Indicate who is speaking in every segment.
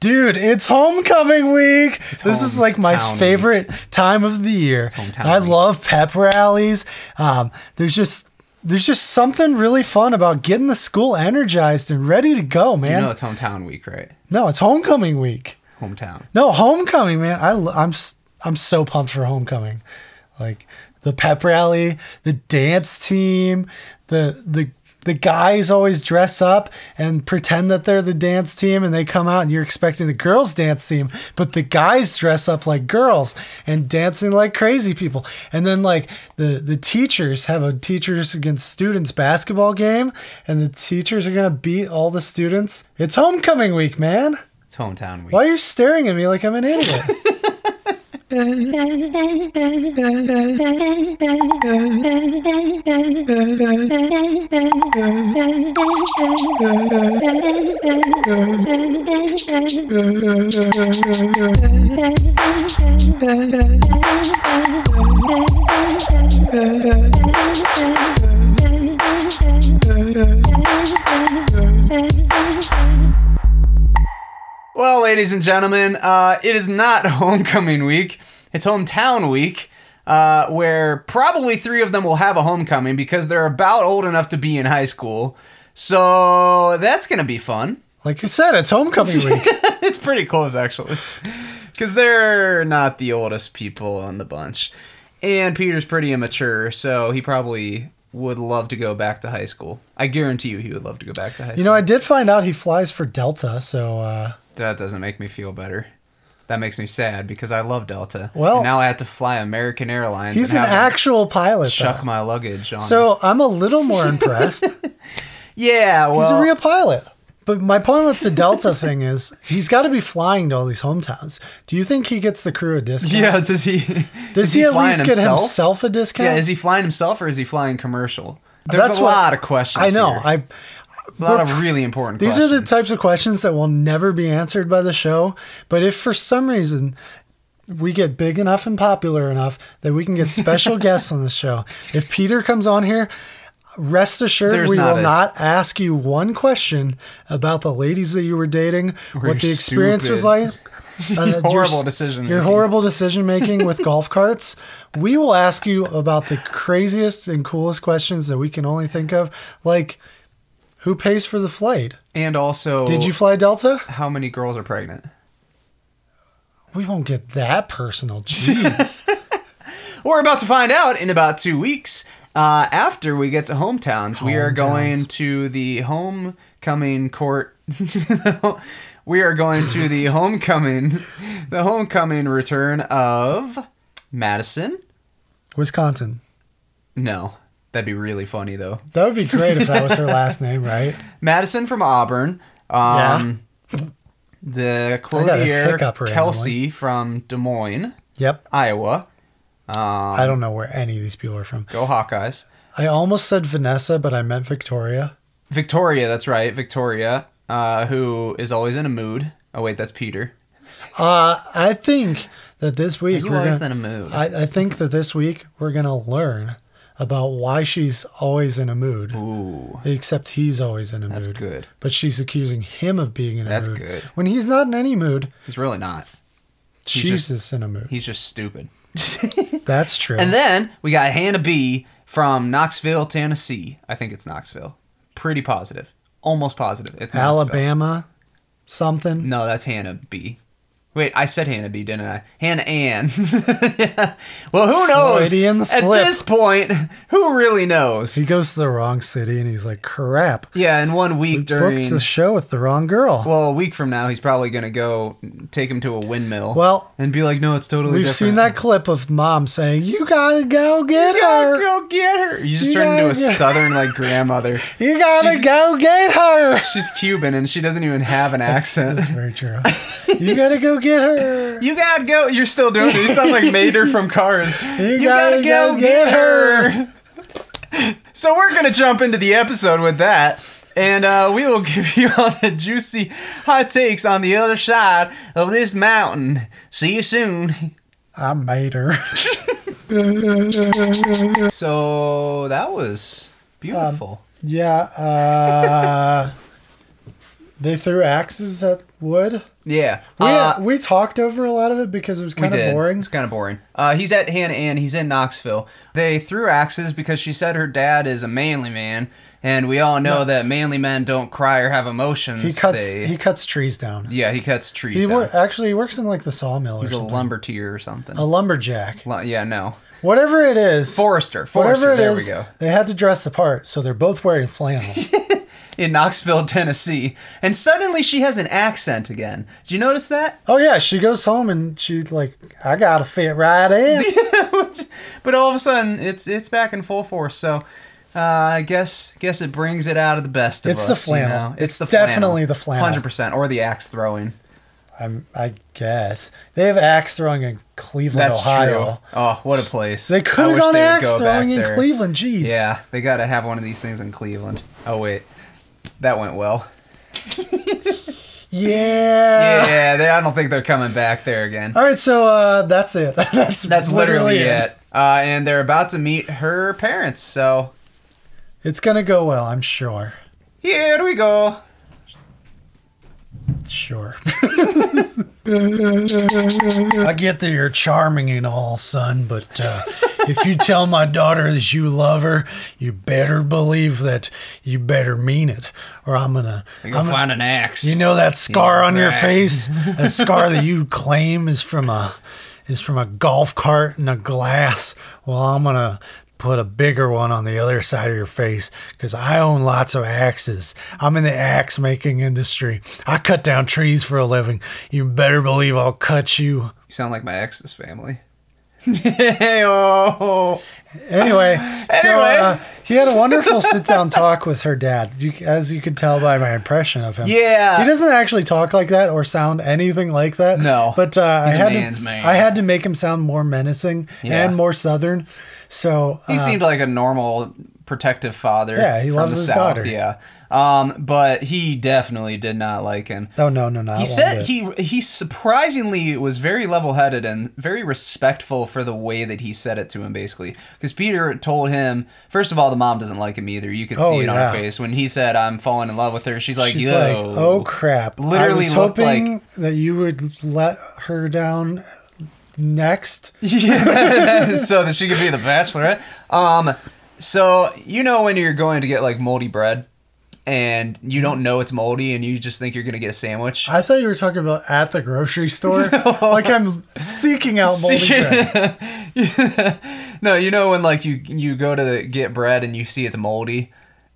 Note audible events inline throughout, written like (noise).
Speaker 1: Dude, it's homecoming week. this is like my
Speaker 2: hometown
Speaker 1: favorite time of the year.
Speaker 2: hometown
Speaker 1: I
Speaker 2: week.
Speaker 1: love pep rallies. Um, there's just there's just something really fun about getting the school energized and ready to go,
Speaker 2: You
Speaker 1: man.
Speaker 2: know it's hometown week, right?
Speaker 1: no, it's homecoming week.
Speaker 2: Hometown.
Speaker 1: No, homecoming, man. I lo- I'm s- I'm so pumped for homecoming. Like the pep rally, the dance team, the the the guys always dress up and pretend that they're the dance team and they come out and you're expecting the girls dance team, but the guys dress up like girls and dancing like crazy people. And then like the the teachers have a teachers against students basketball game and the teachers are going to beat all the students. It's homecoming week, man.
Speaker 2: It's hometown week.
Speaker 1: Why are you staring at me like I'm an idiot?
Speaker 2: (laughs) Well, ladies and gentlemen, uh, it is not (laughs) homecoming week. It's hometown week, uh, where probably three of them will have a homecoming because they're about old enough to be in high school. So that's going to be fun. (laughs)
Speaker 1: Like you said, it's homecoming week.
Speaker 2: It's pretty close, actually, (laughs) because they're not the oldest people on the bunch. And Peter's pretty immature, so he probably would love to go back to high school. I guarantee you he would love to go back to high school.
Speaker 1: You know, I did find out he flies for Delta, so uh,
Speaker 2: That doesn't make me feel better. That makes me sad because I love Delta.
Speaker 1: Well-
Speaker 2: And now I have to fly American Airlines.
Speaker 1: he's
Speaker 2: and
Speaker 1: an
Speaker 2: have them
Speaker 1: actual pilot. though.
Speaker 2: chuck my luggage on.
Speaker 1: So I'm a little
Speaker 2: (laughs)
Speaker 1: more impressed.
Speaker 2: yeah, well,
Speaker 1: he's a real pilot. But my point with the Delta thing is he's got to be flying to all these hometowns. Do you think he gets the crew a discount?
Speaker 2: (laughs) yeah. Does he?
Speaker 1: Does
Speaker 2: is
Speaker 1: he, at
Speaker 2: flying
Speaker 1: least get himself a discount?
Speaker 2: Yeah, is he flying himself or is he flying commercial? There's a
Speaker 1: what-
Speaker 2: lot of questions.
Speaker 1: I know.
Speaker 2: here.
Speaker 1: I
Speaker 2: There's a lot of really important.
Speaker 1: These
Speaker 2: questions.
Speaker 1: are the types of questions that will never be answered by the show. But if for some reason we get big enough and popular enough that we can get
Speaker 2: (laughs)
Speaker 1: special guests on the show, if Peter comes on here, rest assured
Speaker 2: There's
Speaker 1: we
Speaker 2: not
Speaker 1: will
Speaker 2: a-
Speaker 1: not ask you one question about the ladies that you were dating, what the
Speaker 2: you're
Speaker 1: experience was
Speaker 2: stupid. (laughs)
Speaker 1: like. uh, your
Speaker 2: Horrible
Speaker 1: s-
Speaker 2: decision
Speaker 1: Your
Speaker 2: making.
Speaker 1: horrible decision making with golf carts. We will ask you about the craziest and coolest questions that we can only think of, like who pays for the flight?
Speaker 2: and also,
Speaker 1: Did you fly Delta?
Speaker 2: How many girls are pregnant?
Speaker 1: We won't get that personal.
Speaker 2: (laughs)
Speaker 1: Jeez.
Speaker 2: We're about to find out in about two weeks. Uh, after we get to hometowns, we are
Speaker 1: Hometowns.
Speaker 2: going to the homecoming court. (laughs) we are going to the homecoming, the homecoming return of Madison.
Speaker 1: Wisconsin.
Speaker 2: No, that'd be really funny though.
Speaker 1: That would be great if that was her last name, right?
Speaker 2: Madison from Auburn. Um, The clothier
Speaker 1: hiccup randomly.
Speaker 2: Kelsey from Des Moines,
Speaker 1: Yep.
Speaker 2: Iowa. Um,
Speaker 1: I don't know where any of these people are from.
Speaker 2: Go Hawkeyes.
Speaker 1: I almost said Vanessa, but I meant Victoria.
Speaker 2: Victoria, that's right, Victoria, uh, who is always in a mood. Oh wait, that's Peter.
Speaker 1: Uh, I think that this week
Speaker 2: You
Speaker 1: we're
Speaker 2: always
Speaker 1: gonna,
Speaker 2: in a mood.
Speaker 1: I, I think that this week we're gonna learn about why she's always in a mood.
Speaker 2: Ooh,
Speaker 1: Except he's always in a
Speaker 2: that's
Speaker 1: mood.
Speaker 2: good.
Speaker 1: But she's accusing him of being in a
Speaker 2: That's
Speaker 1: mood.
Speaker 2: good.
Speaker 1: When he's not in any mood,
Speaker 2: He's really not.
Speaker 1: she's
Speaker 2: just-
Speaker 1: just, in a mood.
Speaker 2: He's just stupid. (laughs)
Speaker 1: That's true.
Speaker 2: And then we got Hannah B from Knoxville, Tennessee. I think it's Knoxville. Pretty positive. Almost positive. It's Knoxville.
Speaker 1: Alabama, something.
Speaker 2: No, that's Hannah B. Wait, I said Hannah B, didn't I? Hannah Ann. (laughs) Well, who knows?
Speaker 1: Freudian
Speaker 2: At
Speaker 1: slip.
Speaker 2: this point, who really knows?
Speaker 1: He goes to the wrong city and he's like, crap.
Speaker 2: Yeah, in one week during
Speaker 1: Booked the show with the wrong girl.
Speaker 2: Well, a week from now, he's probably gonna go take him to a windmill.
Speaker 1: Well,
Speaker 2: and be like, "No, it's totally."
Speaker 1: We've seen that clip of mom saying, You gotta go get her.
Speaker 2: Go get her. You just
Speaker 1: You
Speaker 2: turned into a
Speaker 1: gotta get-
Speaker 2: southern like
Speaker 1: (laughs)
Speaker 2: grandmother.
Speaker 1: You gotta
Speaker 2: She's-
Speaker 1: go get her.
Speaker 2: (laughs) She's Cuban and she doesn't even have an accent.
Speaker 1: That's very
Speaker 2: (laughs)
Speaker 1: true. you gotta go get her.
Speaker 2: You gotta go. You're still doing it. You sound like Mater from Cars. You,
Speaker 1: gotta go get
Speaker 2: (laughs) so we're gonna jump into the episode with that, and uh, we will give you all the juicy hot takes on the other side of this mountain. See you soon.
Speaker 1: I made her. (laughs)
Speaker 2: So that was beautiful.
Speaker 1: yeah, uh, they threw axes at would.
Speaker 2: Yeah.
Speaker 1: We,
Speaker 2: Uh,
Speaker 1: we talked over a lot of it because it was kind
Speaker 2: We
Speaker 1: of
Speaker 2: did.
Speaker 1: boring.
Speaker 2: It's kind of boring. Uh, he's at Hannah Ann. He's in Knoxville. They threw axes because she said her dad is a manly man, and we all know that manly men don't cry or have emotions.
Speaker 1: He cuts
Speaker 2: They-
Speaker 1: he cuts trees down.
Speaker 2: yeah, he cuts trees.
Speaker 1: He
Speaker 2: down.
Speaker 1: wor- actually he works in like the sawmill or
Speaker 2: He's a
Speaker 1: something.
Speaker 2: lumberteer or something.
Speaker 1: a lumberjack.
Speaker 2: Lu- yeah, no.
Speaker 1: Whatever it is.
Speaker 2: Forester. Forester.
Speaker 1: Whatever it is,
Speaker 2: there we go.
Speaker 1: they had to dress the part, so they're both wearing flannel.
Speaker 2: (laughs) In Knoxville, Tennessee, and suddenly she has an accent again. Did you notice that?
Speaker 1: oh yeah, she goes home and she's like, "I gotta fit right in."
Speaker 2: (laughs) but all of a sudden, it's it's back in full force. So. Uh, I guess guess it brings it out of the best of
Speaker 1: It's
Speaker 2: us.
Speaker 1: the
Speaker 2: you know?
Speaker 1: flannel.
Speaker 2: It's the
Speaker 1: It's definitely the flannel.
Speaker 2: Hundred percent, or the axe throwing.
Speaker 1: I'm, I guess they have axe throwing in Cleveland,
Speaker 2: That's
Speaker 1: Ohio.
Speaker 2: true. Oh, what a place!
Speaker 1: They could
Speaker 2: I
Speaker 1: have
Speaker 2: wish
Speaker 1: gone
Speaker 2: they would
Speaker 1: axe
Speaker 2: go
Speaker 1: throwing
Speaker 2: back
Speaker 1: in
Speaker 2: there.
Speaker 1: Cleveland. Jeez.
Speaker 2: Yeah, they got to have one of these things in Cleveland. Oh wait, that went well.
Speaker 1: Yeah.
Speaker 2: Yeah, they, I don't think they're coming back there again.
Speaker 1: All right, so uh, that's it. (laughs) that's
Speaker 2: That's literally, it. Uh, and they're about to meet her parents. So
Speaker 1: It's gonna go well, I'm sure.
Speaker 2: here we go.
Speaker 1: Sure. (laughs) I get that you're charming and all, son, but uh, if you tell my daughter that you love her, you better believe that you better mean it, or I'm gonna.
Speaker 2: You go
Speaker 1: I'm-
Speaker 2: find an axe.
Speaker 1: you know that scar
Speaker 2: Yeah,
Speaker 1: on your
Speaker 2: right. (laughs)
Speaker 1: face, that scar that you claim is from a is from a golf cart and a glass. Well, I'm gonna put a bigger one on the other side of your face because I own lots of axes. I'm in the axe making industry. I cut down trees for a living. You better believe I'll cut you.
Speaker 2: You sound like my
Speaker 1: (laughs)
Speaker 2: ex's family.
Speaker 1: Uh-huh.
Speaker 2: Hey-oh. (sighs)
Speaker 1: Anyway, so
Speaker 2: Anyway.
Speaker 1: uh, he had a wonderful
Speaker 2: (laughs)
Speaker 1: sit down talk with her dad, you, as you could tell by my impression of him.
Speaker 2: Yeah.
Speaker 1: he doesn't actually talk like that or sound anything like that.
Speaker 2: No.
Speaker 1: but uh, I
Speaker 2: He's a
Speaker 1: had
Speaker 2: man's
Speaker 1: to,
Speaker 2: man.
Speaker 1: I had to make him sound more menacing
Speaker 2: Yeah.
Speaker 1: and more southern. So
Speaker 2: He
Speaker 1: uh,
Speaker 2: seemed like a normal protective father.
Speaker 1: Yeah, he
Speaker 2: from
Speaker 1: loves
Speaker 2: the
Speaker 1: his
Speaker 2: South,
Speaker 1: daughter.
Speaker 2: Yeah, um, but he definitely did not like him.
Speaker 1: oh no, no, no! I
Speaker 2: He
Speaker 1: won't do
Speaker 2: said
Speaker 1: it.
Speaker 2: he he surprisingly was very level-headed and very respectful for the way that he said it to him, basically. Because Peter told him, first of all, the mom doesn't like him either. You can
Speaker 1: Oh,
Speaker 2: see it on her
Speaker 1: yeah.
Speaker 2: face when he said, "I'm falling in love with her." She's like,
Speaker 1: She's
Speaker 2: "Yo,
Speaker 1: like, oh crap! I
Speaker 2: Literally
Speaker 1: was
Speaker 2: looked
Speaker 1: hoping that you would let her down next. (laughs)
Speaker 2: Yeah, so that she could be the bachelorette. Um, so you know when you're going to get like moldy bread, and you don't know it's moldy, and you just think you're gonna get a sandwich.
Speaker 1: I thought you were talking about at the grocery
Speaker 2: (laughs)
Speaker 1: store. Like I'm seeking out moldy bread.
Speaker 2: (laughs) no, you know when like you you go to get bread and you see it's moldy.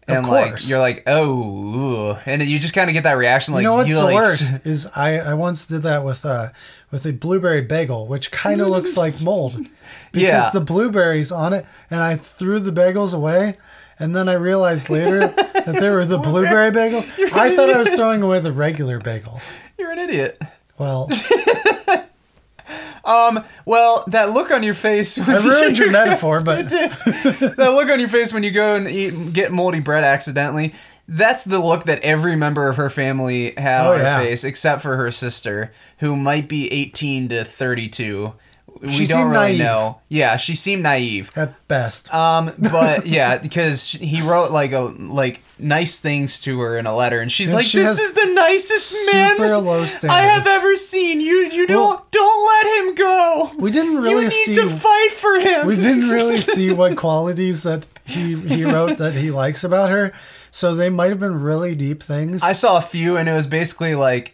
Speaker 2: And like
Speaker 1: course.
Speaker 2: you're like oh, ooh. and you just kind of get that reaction like
Speaker 1: You know what's the
Speaker 2: yikes.
Speaker 1: worst is I, I once did that with uh with a blueberry bagel, which kind of looks like
Speaker 2: (laughs)
Speaker 1: mold because
Speaker 2: Mm. Yeah.
Speaker 1: the blueberries on it, and I threw the bagels away, and then I realized
Speaker 2: (laughs)
Speaker 1: later that they were the blueberry bagels. I thought I was throwing away the regular bagels.
Speaker 2: (laughs) You're an idiot. (laughs)
Speaker 1: Well,
Speaker 2: Well, that look on your face. When
Speaker 1: I
Speaker 2: (laughs)
Speaker 1: ruined
Speaker 2: you
Speaker 1: your metaphor, but
Speaker 2: did. (laughs) that look on your face when you go and eat get moldy bread accidentally. That's the look that every member of her family had
Speaker 1: Oh,
Speaker 2: on her
Speaker 1: yeah.
Speaker 2: face, except for her sister, who might be 18 to 32. We
Speaker 1: She
Speaker 2: don't
Speaker 1: seemed
Speaker 2: really
Speaker 1: naive.
Speaker 2: know. Yeah, she seemed naive.
Speaker 1: at best,
Speaker 2: Um,
Speaker 1: (laughs)
Speaker 2: but yeah, because he wrote like a like nice things to her in a letter, and she's
Speaker 1: And
Speaker 2: like,
Speaker 1: she
Speaker 2: "This
Speaker 1: has
Speaker 2: is the nicest
Speaker 1: super
Speaker 2: man
Speaker 1: low
Speaker 2: I have
Speaker 1: standards."
Speaker 2: ever seen. You you don't
Speaker 1: Well-
Speaker 2: don't let him go.
Speaker 1: we didn't
Speaker 2: you
Speaker 1: really
Speaker 2: need
Speaker 1: see
Speaker 2: to fight for him.
Speaker 1: we didn't
Speaker 2: (laughs)
Speaker 1: really see what qualities that he he wrote that he likes about her. So they might have been really deep things.
Speaker 2: I saw a few, and it was basically like,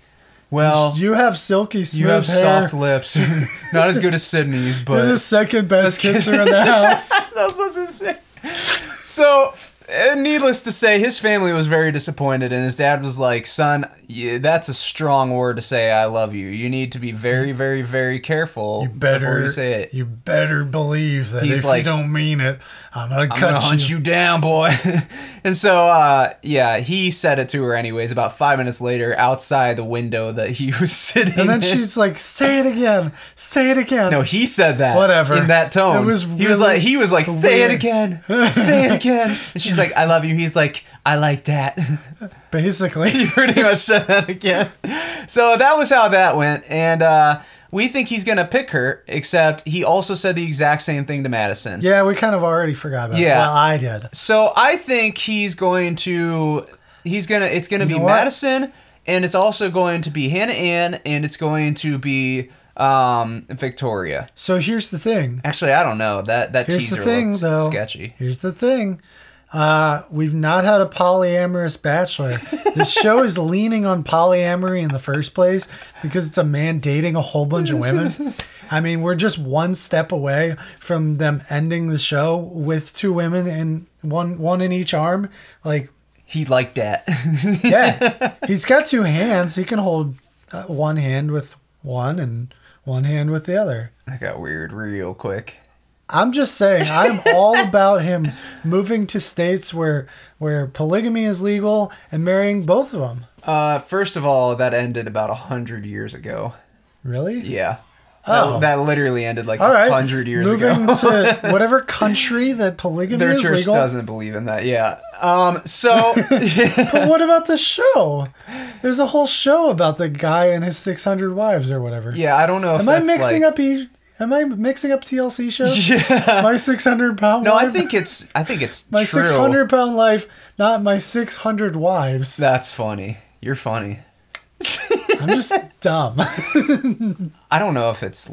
Speaker 2: well,
Speaker 1: you have silky smooth
Speaker 2: Oh. you have
Speaker 1: hair.
Speaker 2: soft lips, (laughs) not as good as Sydney's,
Speaker 1: (laughs) You're the
Speaker 2: but
Speaker 1: second best
Speaker 2: kid-
Speaker 1: kisser in the
Speaker 2: (laughs)
Speaker 1: house.
Speaker 2: that's what I was gonna say. So, uh, needless to say, his family was very disappointed, and his dad was like, "Son, yeah, that's a strong word to say. I love you. You need to be very, very, very careful before
Speaker 1: Better
Speaker 2: you say it.
Speaker 1: You better believe that
Speaker 2: He's
Speaker 1: if
Speaker 2: like,
Speaker 1: you don't mean it, I'm gonna
Speaker 2: I'm
Speaker 1: cut
Speaker 2: gonna hunt
Speaker 1: you.
Speaker 2: you down, boy. (laughs) and so, uh, yeah, he said it to her anyways. About five minutes later, outside the window that he (laughs) was sitting.
Speaker 1: And then
Speaker 2: in.
Speaker 1: she's like, "Say it again, say it again."
Speaker 2: No, he said that.
Speaker 1: Whatever.
Speaker 2: In that tone.
Speaker 1: It was
Speaker 2: he was
Speaker 1: really
Speaker 2: like he was like, say it
Speaker 1: weird."
Speaker 2: again.
Speaker 1: (laughs)
Speaker 2: Say it again. And she's like, I love you. He's like, I like that. (laughs)
Speaker 1: Basically, (laughs)
Speaker 2: Pretty much said that again. So that was how that went. And uh we think he's gonna pick her, except he also said the exact same thing to Madison.
Speaker 1: yeah, we kind of already forgot about
Speaker 2: Yeah.
Speaker 1: it. Well, I did.
Speaker 2: So I think he's going to he's gonna it's gonna be
Speaker 1: know what?
Speaker 2: Madison and it's also going to be Hannah Ann, and it's going to be um, Victoria.
Speaker 1: So here's the thing.
Speaker 2: Actually, I don't know that that
Speaker 1: Here's the
Speaker 2: teaser
Speaker 1: thing,
Speaker 2: looks
Speaker 1: though.
Speaker 2: sketchy.
Speaker 1: Here's the thing. Uh, we've not had a polyamorous bachelor. This show is leaning on polyamory in the first place because it's a man dating a whole bunch of women. I mean, we're just one step away from them ending the show with two women and one one in each arm. Like,
Speaker 2: He liked that. (laughs)
Speaker 1: yeah, he's got two hands. He can hold uh, one hand with one and one hand with the other.
Speaker 2: that got weird real quick.
Speaker 1: I'm just saying,
Speaker 2: (laughs)
Speaker 1: I'm all about him moving to states where where polygamy is legal and marrying both of them.
Speaker 2: Uh, first of all, that ended about a hundred years ago.
Speaker 1: Really?
Speaker 2: Yeah.
Speaker 1: Oh.
Speaker 2: That, that literally ended like a
Speaker 1: All right.
Speaker 2: hundred years
Speaker 1: moving
Speaker 2: (laughs) ago.
Speaker 1: to whatever country that polygamy
Speaker 2: Their
Speaker 1: is
Speaker 2: church
Speaker 1: legal.
Speaker 2: doesn't believe in that. Yeah. Um.
Speaker 1: (laughs)
Speaker 2: So
Speaker 1: But what about the show? There's a whole show about the guy and his 600 wives or whatever.
Speaker 2: yeah, I don't know if
Speaker 1: Am I
Speaker 2: that's
Speaker 1: mixing
Speaker 2: like,
Speaker 1: up? E- Am I mixing up TLC shows?
Speaker 2: (laughs) Yeah.
Speaker 1: My 600 pound.
Speaker 2: No, I
Speaker 1: wife?
Speaker 2: think it's. I think it's
Speaker 1: my
Speaker 2: true.
Speaker 1: 600 pound life, not my 600 wives.
Speaker 2: That's funny. You're funny.
Speaker 1: I'm
Speaker 2: (laughs)
Speaker 1: just dumb.
Speaker 2: I don't know if it's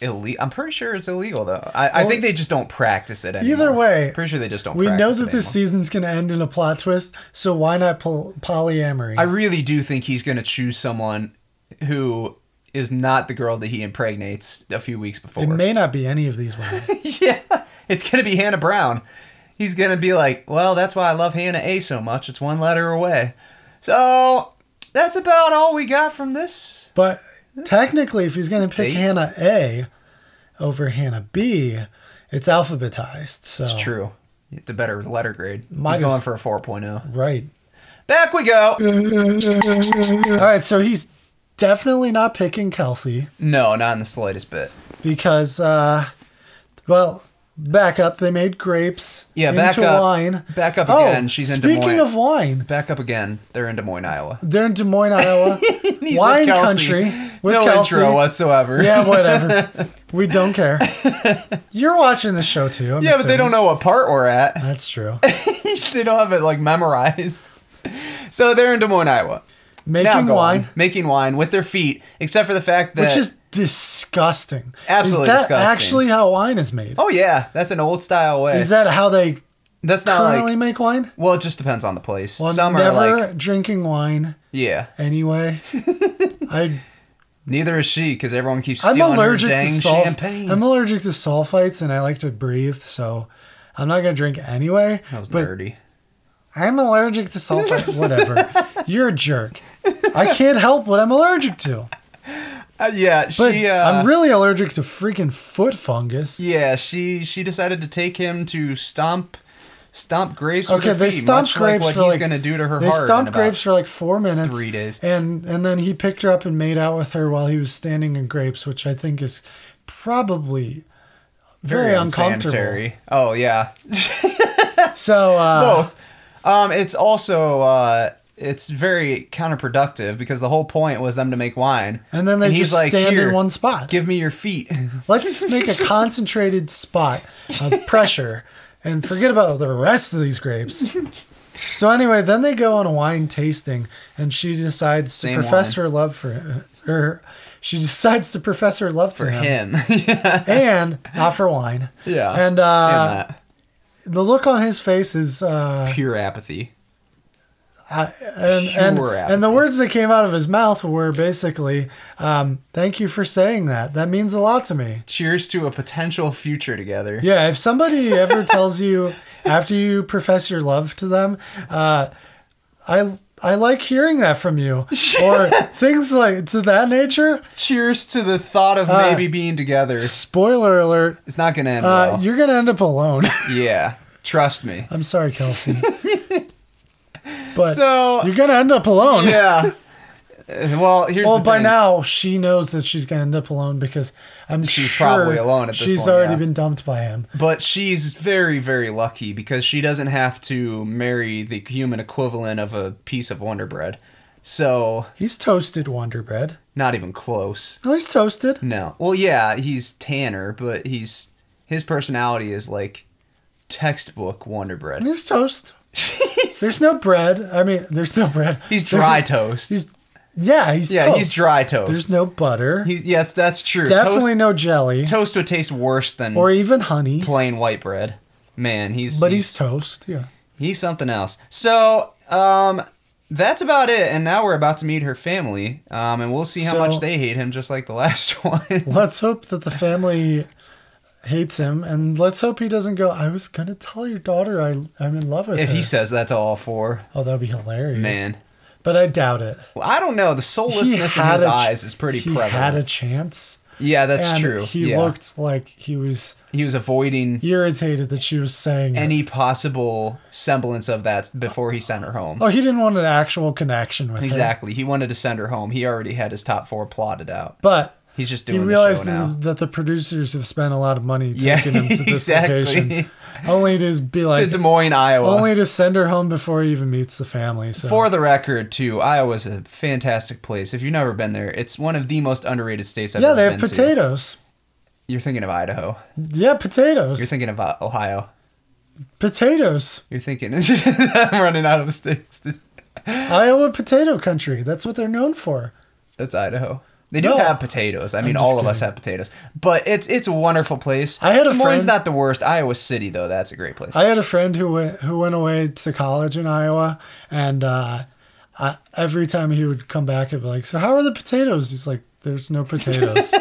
Speaker 2: illegal. I'm pretty sure it's illegal though. I, I think they just don't practice it anymore.
Speaker 1: Either way,
Speaker 2: pretty sure they just don't.
Speaker 1: We know
Speaker 2: practice
Speaker 1: that
Speaker 2: it
Speaker 1: this
Speaker 2: anymore.
Speaker 1: season's going to end in a plot twist, so why not pol- polyamory?
Speaker 2: I really do think he's going to choose someone who is not the girl that he impregnates a few weeks before.
Speaker 1: it may not be any of these women.
Speaker 2: (laughs) yeah, it's going to be Hannah Brown. He's going to be like, well, that's why I love Hannah A so much. It's one letter away. So that's about all we got from this.
Speaker 1: but technically, if he's going to pick
Speaker 2: Date?
Speaker 1: Hannah A over Hannah B, it's alphabetized. So
Speaker 2: It's true. It's a better letter grade.
Speaker 1: Oh. Mine is-
Speaker 2: he's going for a 4.0.
Speaker 1: right.
Speaker 2: Back we go.
Speaker 1: All right, so he's definitely not picking Kelsey
Speaker 2: No, not in the slightest bit.
Speaker 1: because, uh, well, back up. They made grapes
Speaker 2: Yeah,
Speaker 1: into
Speaker 2: back up.
Speaker 1: wine.
Speaker 2: Back up
Speaker 1: Oh,
Speaker 2: again. She's in Des
Speaker 1: speaking
Speaker 2: Moines.
Speaker 1: of wine,
Speaker 2: Back up again. They're in Des Moines, Iowa.
Speaker 1: they're in Des Moines, Iowa,
Speaker 2: (laughs) He's
Speaker 1: wine
Speaker 2: with Kelsey.
Speaker 1: country with
Speaker 2: no
Speaker 1: Kelsey.
Speaker 2: intro whatsoever. (laughs)
Speaker 1: Yeah, whatever. we don't care. You're watching the show too. I'm
Speaker 2: Yeah, but they
Speaker 1: assuming.
Speaker 2: don't know what part we're at.
Speaker 1: That's
Speaker 2: (laughs)
Speaker 1: true.
Speaker 2: they don't have it like memorized. So they're in Des Moines, Iowa.
Speaker 1: Making
Speaker 2: go on.
Speaker 1: wine,
Speaker 2: Making wine with their feet, except for the fact that
Speaker 1: which is disgusting.
Speaker 2: Absolutely
Speaker 1: Is that
Speaker 2: disgusting.
Speaker 1: actually how wine is made?
Speaker 2: Oh yeah, that's an old style way.
Speaker 1: Is that how they
Speaker 2: that's not
Speaker 1: currently
Speaker 2: like
Speaker 1: make wine?
Speaker 2: well, it just depends on the place.
Speaker 1: Well,
Speaker 2: Some are
Speaker 1: never
Speaker 2: like
Speaker 1: drinking wine
Speaker 2: yeah. (laughs)
Speaker 1: anyway. I
Speaker 2: Neither is she because everyone keeps
Speaker 1: I'm
Speaker 2: stealing
Speaker 1: allergic
Speaker 2: her
Speaker 1: to
Speaker 2: dang
Speaker 1: sulf-
Speaker 2: champagne.
Speaker 1: I'm allergic to sulfites, and I like to breathe, so I'm not gonna drink anyway.
Speaker 2: that was
Speaker 1: but
Speaker 2: nerdy.
Speaker 1: I'm allergic to
Speaker 2: (laughs)
Speaker 1: sulfite. Whatever. You're a jerk. I can't help what I'm allergic to.
Speaker 2: Uh, yeah,
Speaker 1: But
Speaker 2: she. Uh,
Speaker 1: I'm really allergic to freaking foot fungus.
Speaker 2: yeah, she she decided to take him to stomp stomp grapes. with
Speaker 1: Okay,
Speaker 2: her
Speaker 1: they
Speaker 2: feet,
Speaker 1: stomped
Speaker 2: much
Speaker 1: grapes
Speaker 2: like what
Speaker 1: for
Speaker 2: he's
Speaker 1: like
Speaker 2: gonna do to her
Speaker 1: They
Speaker 2: heart. in
Speaker 1: stomped
Speaker 2: about-
Speaker 1: grapes for like four minutes,
Speaker 2: three days.
Speaker 1: and and then he picked her up and made out with her while he was standing in grapes, which I think is probably very, uncomfortable.
Speaker 2: unsanitary. Oh yeah,
Speaker 1: So uh,
Speaker 2: both. Um, it's also uh, it's very counterproductive because the whole point was them to make wine,
Speaker 1: and then they
Speaker 2: he's
Speaker 1: just stand
Speaker 2: "Here,
Speaker 1: in one spot.
Speaker 2: Give me your feet. (laughs)
Speaker 1: Let's make a concentrated spot
Speaker 2: (laughs)
Speaker 1: of pressure and forget about the rest of these grapes. So anyway, then they go on a wine tasting, and she decides to
Speaker 2: Same
Speaker 1: profess
Speaker 2: wine.
Speaker 1: her love for her. She decides to profess her love for to him,
Speaker 2: Him, (laughs) yeah,
Speaker 1: (laughs) and not for wine.
Speaker 2: Yeah.
Speaker 1: and
Speaker 2: And
Speaker 1: uh,
Speaker 2: that.
Speaker 1: the look on his face is, uh,
Speaker 2: pure apathy.
Speaker 1: and and,
Speaker 2: pure
Speaker 1: and the
Speaker 2: apathy.
Speaker 1: words that came out of his mouth were basically, um, "Thank you for saying that. That means a lot to me."
Speaker 2: Cheers to a potential future together.
Speaker 1: Yeah, if somebody ever tells you after you profess your love to them, uh, I I like hearing that from
Speaker 2: (laughs)
Speaker 1: you, or things like to that nature.
Speaker 2: Cheers to the thought of maybe being together.
Speaker 1: Spoiler alert:
Speaker 2: It's not gonna end
Speaker 1: uh,
Speaker 2: well.
Speaker 1: you're gonna end up alone. (laughs)
Speaker 2: Yeah, trust me.
Speaker 1: I'm sorry,
Speaker 2: (laughs)
Speaker 1: Kelsey, but
Speaker 2: So-
Speaker 1: you're gonna end up alone. (laughs)
Speaker 2: Yeah. Uh, Well, here's
Speaker 1: Well,
Speaker 2: the
Speaker 1: by
Speaker 2: thing.
Speaker 1: now she knows that she's gonna end up alone because I'm
Speaker 2: She's
Speaker 1: sure
Speaker 2: probably alone at this
Speaker 1: she's
Speaker 2: point,
Speaker 1: already
Speaker 2: yeah.
Speaker 1: been dumped by him.
Speaker 2: But she's very, very lucky because she doesn't have to marry the human equivalent of a piece of Wonder Bread. So,
Speaker 1: He's toasted Wonder Bread.
Speaker 2: not even close.
Speaker 1: No, he's toasted.
Speaker 2: No. Well, yeah, he's Tanner, but he's his personality is like textbook Wonder Bread. (laughs)
Speaker 1: There's toast. there's no bread. I mean, there's no bread.
Speaker 2: He's dry toast.
Speaker 1: He's Yeah, he's
Speaker 2: Yeah,
Speaker 1: toast.
Speaker 2: he's dry toast.
Speaker 1: There's no butter.
Speaker 2: He- yes, that's true.
Speaker 1: Definitely
Speaker 2: toast,
Speaker 1: no jelly
Speaker 2: toast would taste worse than
Speaker 1: or even honey.
Speaker 2: plain white bread. Man, he's
Speaker 1: But
Speaker 2: he's
Speaker 1: he's toast. Yeah.
Speaker 2: He's something else. So, um, that's about it. And now we're about to meet her family. Um, and we'll see how
Speaker 1: So-
Speaker 2: much they hate him, just like the last (laughs) one.
Speaker 1: Let's hope that the family hates him, and let's hope he doesn't go. I was gonna tell your daughter I I'm in love with
Speaker 2: if
Speaker 1: her.
Speaker 2: he says that to all four,
Speaker 1: oh, that'd be hilarious,
Speaker 2: man.
Speaker 1: But I doubt it.
Speaker 2: Well, I don't know. The soullessness in his
Speaker 1: a ch-
Speaker 2: eyes is pretty
Speaker 1: he
Speaker 2: prevalent.
Speaker 1: had a chance.
Speaker 2: yeah, that's
Speaker 1: and
Speaker 2: true.
Speaker 1: He
Speaker 2: yeah.
Speaker 1: looked like he was
Speaker 2: he was avoiding
Speaker 1: irritated that she was saying. it.
Speaker 2: any possible semblance of that before he sent her home.
Speaker 1: oh, he didn't want an actual connection with her.
Speaker 2: Exactly. He wanted to send her home. He already had his top four plotted out.
Speaker 1: But
Speaker 2: He's just
Speaker 1: he
Speaker 2: doing the show
Speaker 1: realized
Speaker 2: now.
Speaker 1: that, that the producers have spent a lot of money taking
Speaker 2: Yeah, (laughs)
Speaker 1: him to this
Speaker 2: exactly. (laughs)
Speaker 1: location, only to just be like,
Speaker 2: to Des Moines, Iowa.
Speaker 1: only to send her home before he even meets the family. So
Speaker 2: For the record, too, Iowa's a fantastic place. If you've never been there, it's one of the most underrated states I've
Speaker 1: yeah,
Speaker 2: ever
Speaker 1: they
Speaker 2: been
Speaker 1: have
Speaker 2: to.
Speaker 1: potatoes.
Speaker 2: You're thinking of Idaho.
Speaker 1: Yeah, potatoes.
Speaker 2: You're thinking of uh, Ohio.
Speaker 1: potatoes.
Speaker 2: You're thinking. (laughs) I'm running out of mistakes.
Speaker 1: Iowa potato country. That's what they're known for.
Speaker 2: That's Idaho. They do
Speaker 1: No.
Speaker 2: have potatoes. I mean,
Speaker 1: just
Speaker 2: all of us
Speaker 1: kidding.
Speaker 2: have potatoes, but it's it's a wonderful place.
Speaker 1: I had a
Speaker 2: Des Moines
Speaker 1: friend-
Speaker 2: not the worst. Iowa City though, that's a great place.
Speaker 1: I had a friend who went who went away to college in Iowa, and uh, I, every time he would come back, I'd be like, "So how are the potatoes?" He's like, "There's no
Speaker 2: (laughs)
Speaker 1: potatoes.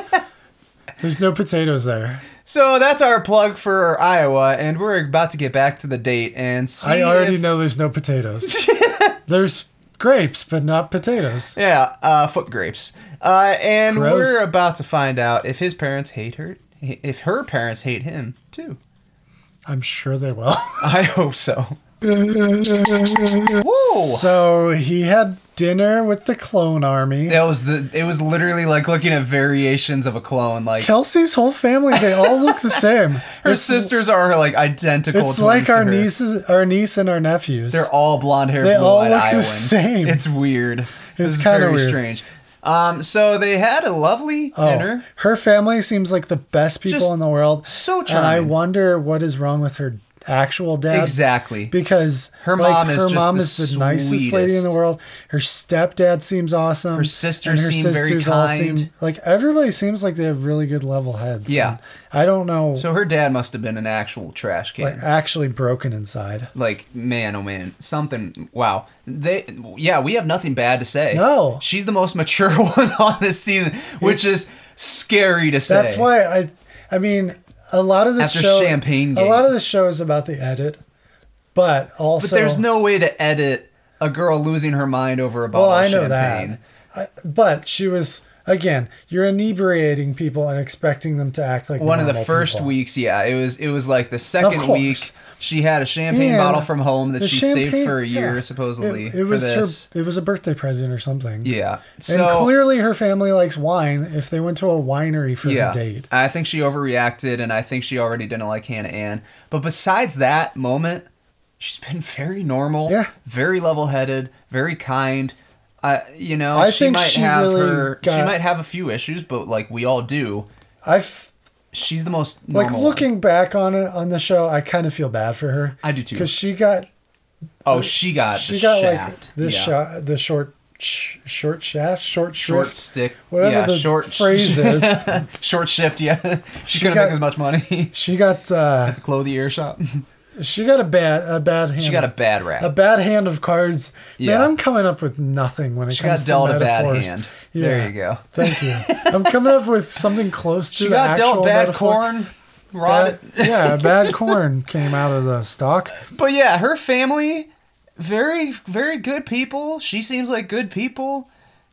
Speaker 1: There's no potatoes there."
Speaker 2: So that's our plug for Iowa, and we're about to get back to the date and see.
Speaker 1: I already
Speaker 2: if-
Speaker 1: know there's no potatoes.
Speaker 2: (laughs)
Speaker 1: there's grapes, but not potatoes.
Speaker 2: Yeah, uh, foot grapes. Uh, and
Speaker 1: Gross.
Speaker 2: we're about to find out if his parents hate her, if her parents hate him too.
Speaker 1: I'm sure they
Speaker 2: (laughs)
Speaker 1: will.
Speaker 2: I hope so. Whoa!
Speaker 1: so he had dinner with the clone army.
Speaker 2: That was the. It was literally like looking at variations of a clone. Like
Speaker 1: Kelsey's whole family, they all look
Speaker 2: (laughs)
Speaker 1: the same.
Speaker 2: her sisters are like identical.
Speaker 1: It's
Speaker 2: twins
Speaker 1: like
Speaker 2: to
Speaker 1: our
Speaker 2: her.
Speaker 1: nieces, our niece and our nephews.
Speaker 2: They're all blonde hair.
Speaker 1: They
Speaker 2: blue
Speaker 1: all
Speaker 2: eyed
Speaker 1: look the
Speaker 2: Iowans.
Speaker 1: same.
Speaker 2: It's weird. This
Speaker 1: It's
Speaker 2: is
Speaker 1: kinda
Speaker 2: very
Speaker 1: weird.
Speaker 2: strange. Um. So they had a lovely
Speaker 1: Oh,
Speaker 2: dinner.
Speaker 1: Her family seems like the best people
Speaker 2: Just
Speaker 1: in the world.
Speaker 2: so
Speaker 1: And I
Speaker 2: charming.
Speaker 1: wonder what is wrong with her actual dad.
Speaker 2: Exactly.
Speaker 1: Because
Speaker 2: Her
Speaker 1: like,
Speaker 2: mom is
Speaker 1: her
Speaker 2: just
Speaker 1: mom
Speaker 2: the
Speaker 1: is the nicest lady in the
Speaker 2: sweetest.
Speaker 1: world. Her stepdad seems awesome. Her
Speaker 2: sisters seem very kind.
Speaker 1: like everybody seems like they have really good level heads.
Speaker 2: Yeah.
Speaker 1: And I don't know.
Speaker 2: So her dad must have been an actual trash can.
Speaker 1: like actually broken inside.
Speaker 2: like man oh man something wow they yeah we have nothing bad to say
Speaker 1: No.
Speaker 2: she's the most mature (laughs) one on this season which
Speaker 1: It's-
Speaker 2: is scary to say
Speaker 1: That's why I I mean a lot of this
Speaker 2: After
Speaker 1: show
Speaker 2: Champagne
Speaker 1: a
Speaker 2: Gate.
Speaker 1: lot of the show is about the edit, but also
Speaker 2: but there's no way to edit a girl losing her mind over a bottle
Speaker 1: Well, oh, I know
Speaker 2: of champagne
Speaker 1: that. I, but she was again. You're inebriating people and expecting them to act like
Speaker 2: one of the
Speaker 1: normal
Speaker 2: first
Speaker 1: people.
Speaker 2: weeks yeah it was it was like the second
Speaker 1: course.
Speaker 2: week she had a champagne
Speaker 1: And
Speaker 2: bottle from home that
Speaker 1: the
Speaker 2: she'd saved
Speaker 1: champagne-
Speaker 2: for a year
Speaker 1: yeah.
Speaker 2: supposedly
Speaker 1: It, it
Speaker 2: for
Speaker 1: was her,
Speaker 2: this
Speaker 1: it was a birthday present or something.
Speaker 2: yeah
Speaker 1: And
Speaker 2: so
Speaker 1: clearly, her family likes wine. If they went to a winery for
Speaker 2: yeah.
Speaker 1: the date,
Speaker 2: I think she overreacted, and I think she already didn't like Hannah Ann. But besides that moment, she's been very normal,
Speaker 1: Yeah.
Speaker 2: very level-headed, very kind. I, you know,
Speaker 1: I
Speaker 2: she
Speaker 1: think
Speaker 2: might
Speaker 1: she
Speaker 2: have
Speaker 1: really
Speaker 2: her. she
Speaker 1: got-
Speaker 2: might have a few issues, but like we all do,
Speaker 1: I f-
Speaker 2: she's the most
Speaker 1: like
Speaker 2: normal
Speaker 1: looking back on it on the show. I kind of feel bad for her.
Speaker 2: I do too.
Speaker 1: Because she got
Speaker 2: one. Oh, she got
Speaker 1: she
Speaker 2: the
Speaker 1: got
Speaker 2: shaft.
Speaker 1: like the
Speaker 2: yeah.
Speaker 1: shot the short sh- short shaft short
Speaker 2: Short
Speaker 1: shrift,
Speaker 2: stick,
Speaker 1: whatever
Speaker 2: yeah.
Speaker 1: the
Speaker 2: short
Speaker 1: phrase is.
Speaker 2: (laughs) short shift, yeah. (laughs) she, couldn't
Speaker 1: got-
Speaker 2: make as much money. (laughs)
Speaker 1: She got uh,
Speaker 2: Clothier (laughs) shop.
Speaker 1: she got a bad a bad hand.
Speaker 2: she got a bad rap.
Speaker 1: a bad hand of cards.
Speaker 2: Yeah.
Speaker 1: Man, I'm coming up with nothing when it
Speaker 2: She
Speaker 1: comes
Speaker 2: got dealt
Speaker 1: to
Speaker 2: a bad
Speaker 1: metaphors.
Speaker 2: hand. There you go.
Speaker 1: Thank you. I'm coming up with something close to
Speaker 2: she
Speaker 1: the
Speaker 2: got
Speaker 1: actual
Speaker 2: dealt bad
Speaker 1: metaphor.
Speaker 2: corn. Rod,
Speaker 1: Bad- (laughs) yeah, a bad corn came out of the stalk.
Speaker 2: But (laughs) yeah, her family, very, very good people. She seems like good people.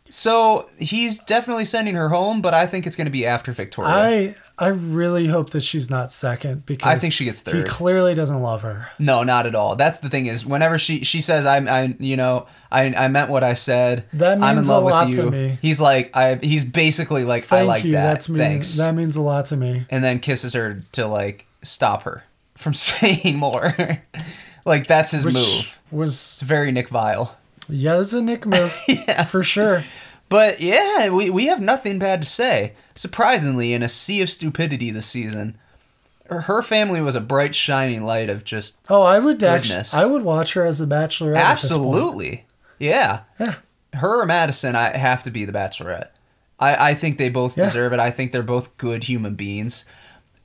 Speaker 2: So he's definitely sending her home, but I think it's going to be after Victoria.
Speaker 1: I I really hope that she's not second because
Speaker 2: think she gets
Speaker 1: He
Speaker 2: third.
Speaker 1: clearly doesn't love her.
Speaker 2: no, not at all. That's the thing is, whenever she she says, "I'm, I, you know, I, I meant what I said.
Speaker 1: That
Speaker 2: I'm in
Speaker 1: means a
Speaker 2: love
Speaker 1: lot
Speaker 2: with
Speaker 1: to
Speaker 2: you,"
Speaker 1: me.
Speaker 2: he's like, I, he's basically like,
Speaker 1: Thank
Speaker 2: I like
Speaker 1: you.
Speaker 2: that.
Speaker 1: That's me.
Speaker 2: Thanks.
Speaker 1: That means a lot to me.
Speaker 2: and then kisses her to like stop her from (laughs) saying more. like that's his
Speaker 1: Which
Speaker 2: move.
Speaker 1: was
Speaker 2: It's very Nick Vile.
Speaker 1: yeah, it's a Nick
Speaker 2: (laughs)
Speaker 1: move for sure.
Speaker 2: But yeah, we, we have nothing bad to say. Surprisingly, in a sea of stupidity this season, her- her family was a bright, shining light of just
Speaker 1: Oh, I would actually,
Speaker 2: Goodness.
Speaker 1: I would watch her as a bachelorette. at this point.
Speaker 2: absolutely. Yeah.
Speaker 1: Yeah.
Speaker 2: her or Madison, I have to be the Bachelorette. I, I think they both
Speaker 1: Yeah.
Speaker 2: deserve it. I think they're both good human beings.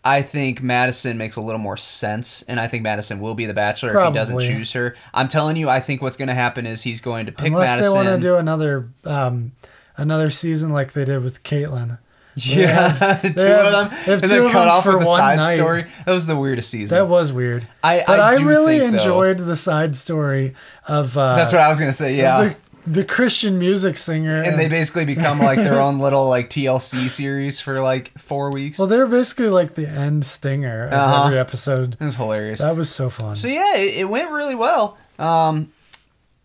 Speaker 2: I think Madison makes a little more sense, and I think Madison will be the Bachelor if he doesn't
Speaker 1: Probably.
Speaker 2: choose her. I'm telling you, I think what's going to happen is he's going to pick
Speaker 1: Unless
Speaker 2: Madison.
Speaker 1: they want to do another um, another season like they did with Caitlyn.
Speaker 2: yeah, (laughs)
Speaker 1: They
Speaker 2: two
Speaker 1: have-
Speaker 2: of them,
Speaker 1: they have
Speaker 2: and
Speaker 1: two
Speaker 2: then
Speaker 1: of
Speaker 2: cut
Speaker 1: them
Speaker 2: off
Speaker 1: for
Speaker 2: with the
Speaker 1: one
Speaker 2: side
Speaker 1: night.
Speaker 2: story. That was the weirdest season.
Speaker 1: That was weird.
Speaker 2: I-
Speaker 1: but
Speaker 2: I
Speaker 1: I,
Speaker 2: do
Speaker 1: really
Speaker 2: think, though-
Speaker 1: enjoyed the side story of uh,
Speaker 2: That's what I was going to say. Yeah,
Speaker 1: the the Christian music singer.
Speaker 2: and they basically become like their own little like TLC series for like four weeks.
Speaker 1: well, they're basically like the end stinger of
Speaker 2: Uh-huh.
Speaker 1: every episode.
Speaker 2: it was hilarious.
Speaker 1: That was so fun.
Speaker 2: So yeah, it, it went really well. Um,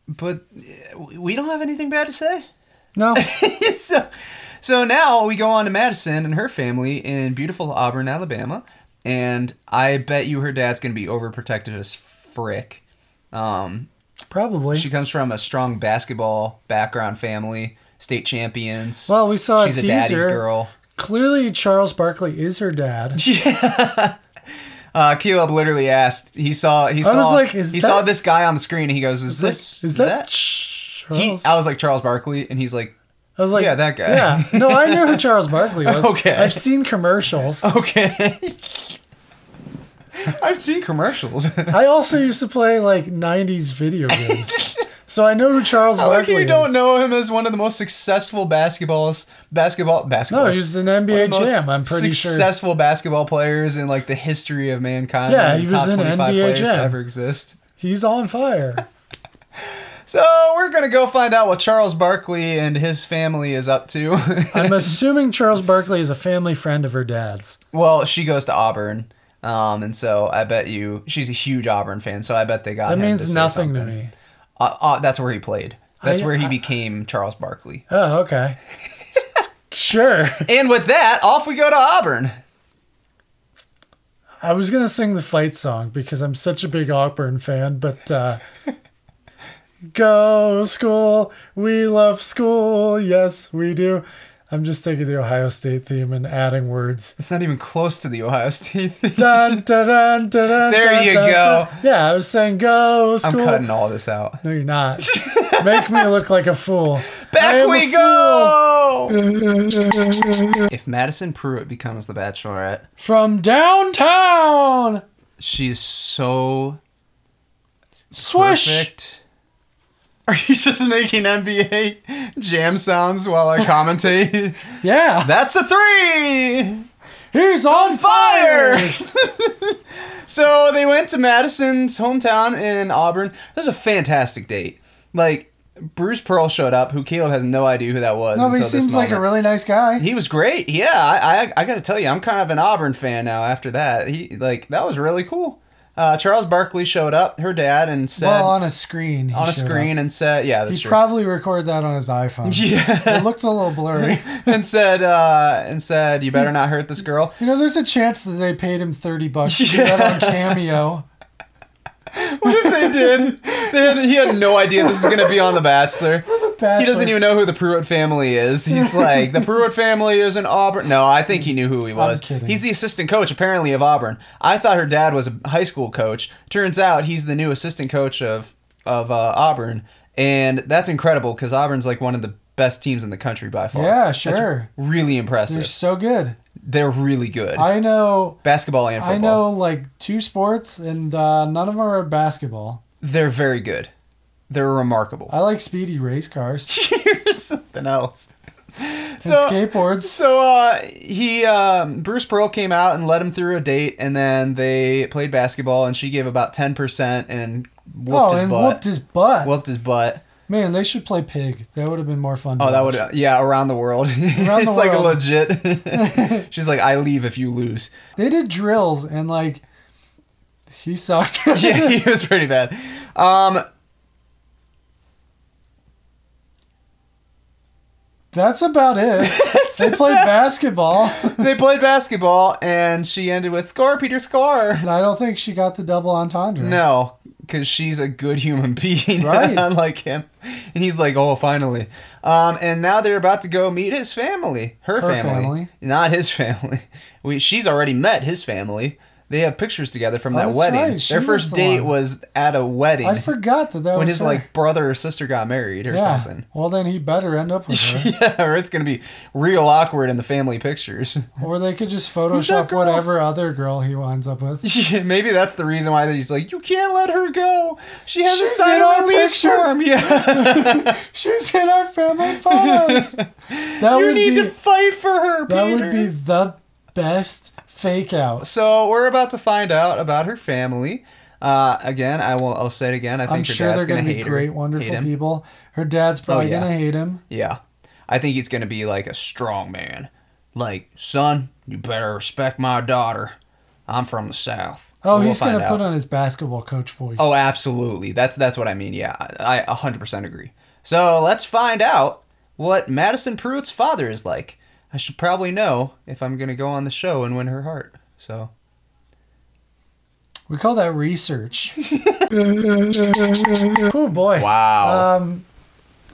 Speaker 2: but uh, we don't have anything bad to say. (laughs)
Speaker 1: no,
Speaker 2: so, so now we go on to Madison and her family in beautiful Auburn, Alabama, and I bet you her dad's gonna be overprotective as frick. Um,
Speaker 1: probably.
Speaker 2: she comes from a strong basketball background family, state champions.
Speaker 1: well, we saw
Speaker 2: she's
Speaker 1: a
Speaker 2: a
Speaker 1: teaser.
Speaker 2: daddy's girl.
Speaker 1: Clearly, Charles Barkley is her
Speaker 2: (laughs)
Speaker 1: dad.
Speaker 2: Uh, Caleb literally asked. He saw. He saw.
Speaker 1: was like, is
Speaker 2: he saw
Speaker 1: that-
Speaker 2: this guy on the screen, and he goes, "Is, this?
Speaker 1: is that, Charles?
Speaker 2: He, I was like Charles Barkley, and he's like,
Speaker 1: I was like,
Speaker 2: Yeah, that guy.
Speaker 1: Yeah, no, I knew
Speaker 2: (laughs)
Speaker 1: who Charles Barkley was.
Speaker 2: Okay.
Speaker 1: I've seen commercials.
Speaker 2: okay. (laughs) I've seen
Speaker 1: (laughs)
Speaker 2: commercials. How
Speaker 1: I also used to play like '90s video games, so I know who Charles
Speaker 2: like
Speaker 1: Barkley
Speaker 2: you
Speaker 1: is.
Speaker 2: don't know him as one of the most successful basketballs basketball basketball.
Speaker 1: No, he was an NBA Jam. I'm pretty sure.
Speaker 2: successful basketball players in like the history of mankind.
Speaker 1: Yeah,
Speaker 2: one of
Speaker 1: he
Speaker 2: the
Speaker 1: was
Speaker 2: top
Speaker 1: in
Speaker 2: 25
Speaker 1: NBA
Speaker 2: players to
Speaker 1: Jam.
Speaker 2: ever exist.
Speaker 1: He's on fire.
Speaker 2: So we're gonna go find out what Charles Barkley and his family is up to. (laughs)
Speaker 1: I'm assuming Charles Barkley is a family friend of her dad's.
Speaker 2: well, she goes to Auburn. Um, and so I bet you she's a huge Auburn fan. So I bet they got
Speaker 1: That
Speaker 2: him to
Speaker 1: means
Speaker 2: say
Speaker 1: nothing to
Speaker 2: something.
Speaker 1: me.
Speaker 2: Uh, uh, that's where he played. That's
Speaker 1: I-
Speaker 2: where he became Charles Barkley.
Speaker 1: Oh, okay. sure.
Speaker 2: And with that, off we go to Auburn.
Speaker 1: I was gonna sing the fight song because I'm such a big Auburn fan, but uh, go school, we love school, yes we do. I'm just taking the Ohio State theme and adding words.
Speaker 2: It's not even close to the Ohio State thing.
Speaker 1: Dun, dun, dun, dun, dun,
Speaker 2: There
Speaker 1: dun,
Speaker 2: you
Speaker 1: dun,
Speaker 2: go.
Speaker 1: dun. Yeah, I was saying go
Speaker 2: (laughs) I'm
Speaker 1: school.
Speaker 2: cutting all this out.
Speaker 1: No, you're
Speaker 2: (laughs)
Speaker 1: not. Make me look like a fool. I
Speaker 2: Back
Speaker 1: am a
Speaker 2: we go!
Speaker 1: (laughs)
Speaker 2: if Madison Pruitt becomes the Bachelorette,
Speaker 1: fool From downtown.
Speaker 2: she's so
Speaker 1: Swish.
Speaker 2: perfect. Are you just making NBA jam sounds while I commentate?
Speaker 1: (laughs) Yeah.
Speaker 2: That's a three!
Speaker 1: He's on
Speaker 2: fire.
Speaker 1: fire.
Speaker 2: (laughs) So they went to Madison's hometown in Auburn. This was a fantastic date. Like Bruce Pearl showed up, who Caleb has no idea who that was.
Speaker 1: No, but he
Speaker 2: until this
Speaker 1: seems like a
Speaker 2: moment.
Speaker 1: really nice guy.
Speaker 2: He was great. Yeah, I, I I gotta tell you, I'm kind of an Auburn fan now. After that, he like that was really cool. Uh, Charles Barkley showed up, her dad, and said
Speaker 1: Well, on a screen. he
Speaker 2: on a
Speaker 1: showed up.
Speaker 2: screen and said, "Yeah, that's
Speaker 1: He
Speaker 2: true."
Speaker 1: probably recorded that on his iPhone.
Speaker 2: (laughs) yeah,
Speaker 1: It looked a little
Speaker 2: (laughs)
Speaker 1: blurry.
Speaker 2: and said uh, and said, "You better not hurt this girl."
Speaker 1: You know, there's a chance that they paid him 30 bucks to do that
Speaker 2: (laughs)
Speaker 1: on Cameo.
Speaker 2: What if (laughs) they did? They had, he had no idea this was gonna be on The Bachelor.
Speaker 1: Bachelor.
Speaker 2: He doesn't even know who the Pruitt family is. He's like, the Pruitt family is in Auburn. No, I think he knew who he was.
Speaker 1: kidding.
Speaker 2: He's the assistant coach, apparently, of Auburn. I thought her dad was a high school coach. Turns out he's the new assistant coach of, of uh, Auburn. And that's incredible because Auburn's like one of the best teams in the country by far.
Speaker 1: Yeah,
Speaker 2: That's
Speaker 1: sure.
Speaker 2: really impressive.
Speaker 1: They're so good.
Speaker 2: They're really good.
Speaker 1: I know.
Speaker 2: Basketball and football.
Speaker 1: I know like two sports, and uh, none of them are basketball.
Speaker 2: They're very good. They're remarkable.
Speaker 1: I like speedy race
Speaker 2: (laughs)
Speaker 1: cars
Speaker 2: Here's something else.
Speaker 1: and skateboards.
Speaker 2: So uh, he um, Bruce Pearl came out and led him through a date, and then they played basketball, and she gave about ten percent and (laughs) whooped
Speaker 1: Oh,
Speaker 2: his
Speaker 1: and
Speaker 2: butt.
Speaker 1: whooped his butt.
Speaker 2: Whooped his butt.
Speaker 1: Man, they should play pig. That would have been more fun.
Speaker 2: Oh,
Speaker 1: to
Speaker 2: that
Speaker 1: watch.
Speaker 2: would yeah around the world. (laughs)
Speaker 1: the
Speaker 2: it's like a
Speaker 1: world. (laughs)
Speaker 2: legit. (laughs) She's like, I leave if you lose. (laughs)
Speaker 1: They did drills, and like, he sucked.
Speaker 2: (laughs) Yeah, he was pretty bad. Um,
Speaker 1: (laughs) That's about
Speaker 2: (laughs)
Speaker 1: it. they played basketball,
Speaker 2: they played basketball, and she ended with score, Peter, score.
Speaker 1: and I don't think she got the double entendre.
Speaker 2: No, because she's a good human (laughs) being,
Speaker 1: Right.
Speaker 2: unlike him. And he's like, oh, finally. Um, and now they're about to go meet his family, her,
Speaker 1: Her
Speaker 2: family,
Speaker 1: family.
Speaker 2: (laughs) not his family. We, she's already met his family. They have pictures together from that
Speaker 1: Oh, that's
Speaker 2: wedding.
Speaker 1: right. She
Speaker 2: Their
Speaker 1: was
Speaker 2: first
Speaker 1: the
Speaker 2: date
Speaker 1: one.
Speaker 2: was at a wedding.
Speaker 1: I forgot that that
Speaker 2: when
Speaker 1: was
Speaker 2: his
Speaker 1: her.
Speaker 2: like brother or sister got married or
Speaker 1: yeah.
Speaker 2: something.
Speaker 1: Well, then he better end up with
Speaker 2: (laughs)
Speaker 1: her,
Speaker 2: yeah, or it's gonna be real awkward in the family pictures. (laughs)
Speaker 1: or they could just
Speaker 2: that
Speaker 1: Photoshop
Speaker 2: girl?
Speaker 1: whatever other girl he winds up with.
Speaker 2: Maybe that's the reason why he's like, you can't let her go. She hasn't
Speaker 1: She's
Speaker 2: signed
Speaker 1: in
Speaker 2: our
Speaker 1: our
Speaker 2: lease
Speaker 1: picture."
Speaker 2: form. (laughs) Yeah,
Speaker 1: She's in our family
Speaker 2: (laughs)
Speaker 1: photos. That
Speaker 2: you
Speaker 1: would be
Speaker 2: need to fight for her.
Speaker 1: that
Speaker 2: Peter.
Speaker 1: would be the best fake out.
Speaker 2: So we're about to find out about her family. Uh, again, I will. I'll say it again. I think
Speaker 1: I'm
Speaker 2: her
Speaker 1: sure
Speaker 2: dad's
Speaker 1: they're
Speaker 2: gonna,
Speaker 1: gonna, be
Speaker 2: hate
Speaker 1: great,
Speaker 2: her, hate
Speaker 1: wonderful
Speaker 2: him.
Speaker 1: people. Her dad's probably
Speaker 2: Oh, yeah.
Speaker 1: gonna hate him.
Speaker 2: Yeah, I think he's gonna be like a strong man. Like, son, you better respect my daughter. I'm from the south.
Speaker 1: Oh,
Speaker 2: We'll
Speaker 1: he's
Speaker 2: find
Speaker 1: gonna
Speaker 2: out.
Speaker 1: put on his basketball coach voice.
Speaker 2: Oh, absolutely. That's that's what I mean. Yeah, I I 100% agree. So let's find out what Madison Pruitt's father is like. I should probably know if I'm gonna go on the show and win her heart. So
Speaker 1: we call that
Speaker 2: (laughs)
Speaker 1: research. oh boy!
Speaker 2: wow,
Speaker 1: Um,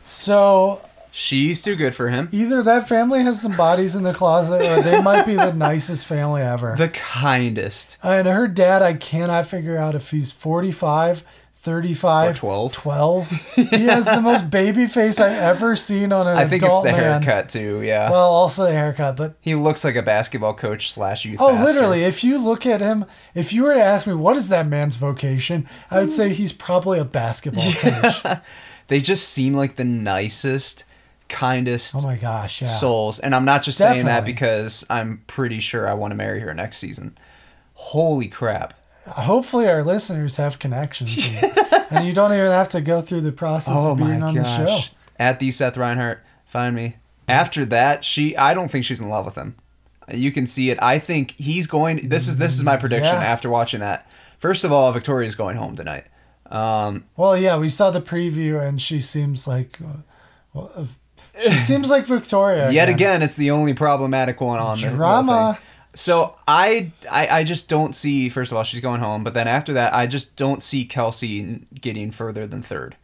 Speaker 1: So
Speaker 2: she's too good for him.
Speaker 1: either that family has some bodies in the closet, or they might be the (laughs) nicest family ever.
Speaker 2: The kindest.
Speaker 1: and her dad, I cannot figure out if he's 45, 35,
Speaker 2: Or 12.
Speaker 1: 12. He has the
Speaker 2: (laughs)
Speaker 1: most baby face I've ever seen on an
Speaker 2: I think it's
Speaker 1: adult
Speaker 2: the
Speaker 1: man.
Speaker 2: haircut too. Yeah,
Speaker 1: Well, also the haircut, but
Speaker 2: he looks like a basketball coach slash youth.
Speaker 1: Oh,
Speaker 2: pastor.
Speaker 1: literally, if you look at him, if you were to ask me what is that man's vocation, I would say he's probably a
Speaker 2: (laughs)
Speaker 1: basketball coach.
Speaker 2: They just seem like the nicest, kindest
Speaker 1: Oh my gosh, yeah.
Speaker 2: souls. And I'm not just saying that
Speaker 1: Definitely.
Speaker 2: because I'm pretty sure I want to marry her next season. Holy crap!
Speaker 1: Hopefully our listeners have connections. and-
Speaker 2: (laughs)
Speaker 1: and you don't even have to go through the process
Speaker 2: Oh
Speaker 1: of being
Speaker 2: my
Speaker 1: on
Speaker 2: gosh!
Speaker 1: the show.
Speaker 2: At the Seth Reinhart, find me. After that, she I don't think she's in love with him. You can see it. I think he's going. This is this is my prediction
Speaker 1: yeah.
Speaker 2: after watching that. First of all, Victoria's going home tonight. Um,
Speaker 1: Well, yeah, we saw the preview and she seems like uh, well, uh,
Speaker 2: (laughs)
Speaker 1: she seems like Victoria.
Speaker 2: yet again, it's the only problematic one on the whole
Speaker 1: Drama.
Speaker 2: thing. So I, I I just don't see. First of all, she's going home, but then after that, I just don't see Kelsey getting further than third.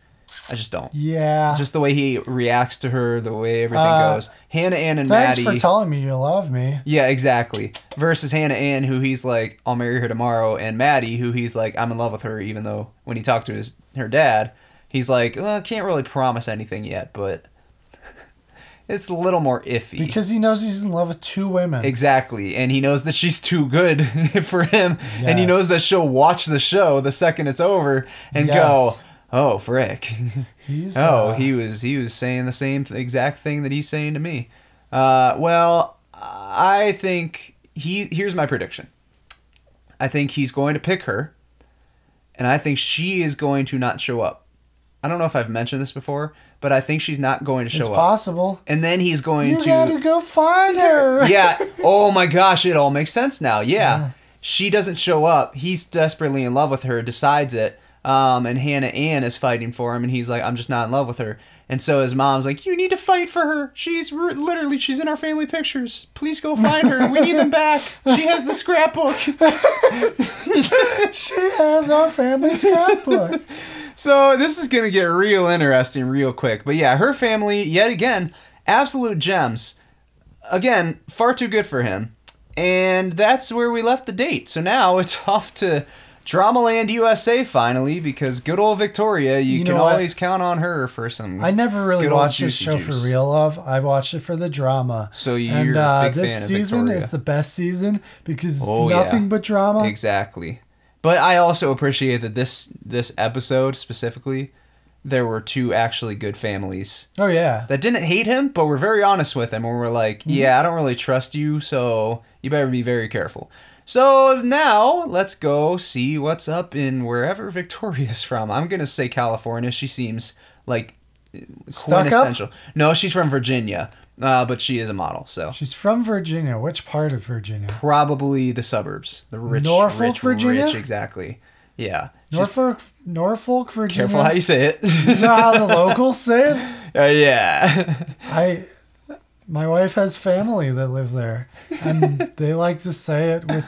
Speaker 2: I just don't.
Speaker 1: Yeah.
Speaker 2: Just the way he reacts to her, the way everything
Speaker 1: Uh,
Speaker 2: goes. Hannah Ann and
Speaker 1: Thanks for
Speaker 2: Maddie.
Speaker 1: telling me you love me.
Speaker 2: yeah, exactly. Versus Hannah Ann, who he's like, I'll marry her tomorrow, and Maddie, who he's like, I'm in love with her, even though when he talked to his her dad, he's like, well, can't really promise anything yet, but (laughs) it's a little more iffy.
Speaker 1: Because he knows he's in love with two women.
Speaker 2: Exactly. And he knows that she's too good (laughs) for him. And he
Speaker 1: Yes.
Speaker 2: knows that she'll watch the show the second it's over and
Speaker 1: Yes.
Speaker 2: go, "Oh, frick."
Speaker 1: He's
Speaker 2: oh,
Speaker 1: uh,
Speaker 2: he was he was saying the same th- exact thing that he's saying to me. Uh, well, I think he here's my prediction. I think he's going to pick her and I think she is going to not show up. I don't know if I've mentioned this before, but I think she's not going to show
Speaker 1: it's
Speaker 2: up.
Speaker 1: possible.
Speaker 2: And then he's going
Speaker 1: You
Speaker 2: to
Speaker 1: gotta go find (laughs) her.
Speaker 2: yeah. Oh my gosh, it all makes sense now. Yeah. She doesn't show up. He's desperately in love with her, decides it. Um, and Hannah Ann is fighting for him, and he's like, I'm just not in love with her. And so his mom's like, You need to fight for her. She's r- literally, she's in our family pictures. Please go find her. We need them back. She has the scrapbook.
Speaker 1: She has our
Speaker 2: (laughs)
Speaker 1: family scrapbook.
Speaker 2: So this is gonna get real interesting real quick. But yeah, her family yet again, absolute gems. Again, far too good for him. And that's where we left the date. So now it's (laughs) off to Dramaland USA finally because good old Victoria, you,
Speaker 1: You
Speaker 2: can
Speaker 1: know what?
Speaker 2: always count on her for some.
Speaker 1: I never really
Speaker 2: Good old
Speaker 1: watched this
Speaker 2: Juicy
Speaker 1: show
Speaker 2: Juice.
Speaker 1: for real love. I watched it for the drama.
Speaker 2: So you're
Speaker 1: and
Speaker 2: a
Speaker 1: uh,
Speaker 2: big
Speaker 1: this
Speaker 2: fan of
Speaker 1: season
Speaker 2: Victoria.
Speaker 1: is the best season because it's
Speaker 2: Oh, yeah.
Speaker 1: nothing but drama.
Speaker 2: exactly. But I also appreciate that this this episode specifically, there were two actually good families
Speaker 1: Oh yeah,
Speaker 2: that didn't hate him, but were very honest with him, and were like, "Yeah, I don't really trust you, so you better be very careful." So now let's go see what's up in wherever Victoria's from. I'm gonna say California. She seems like
Speaker 1: Stuck up?
Speaker 2: quintessential. No, she's from Virginia, uh, but she is a model, so
Speaker 1: she's from Virginia. Which part of Virginia?
Speaker 2: probably the suburbs, the rich,
Speaker 1: Norfolk,
Speaker 2: rich,
Speaker 1: Virginia?
Speaker 2: rich, exactly. Yeah, She's-
Speaker 1: Norfolk, Norfolk, Virginia.
Speaker 2: careful
Speaker 1: (laughs)
Speaker 2: how you say
Speaker 1: you
Speaker 2: it. (laughs)
Speaker 1: know how the locals say it.
Speaker 2: uh, yeah.
Speaker 1: I, my wife has family that live there,
Speaker 2: (laughs)
Speaker 1: and they like to say it with.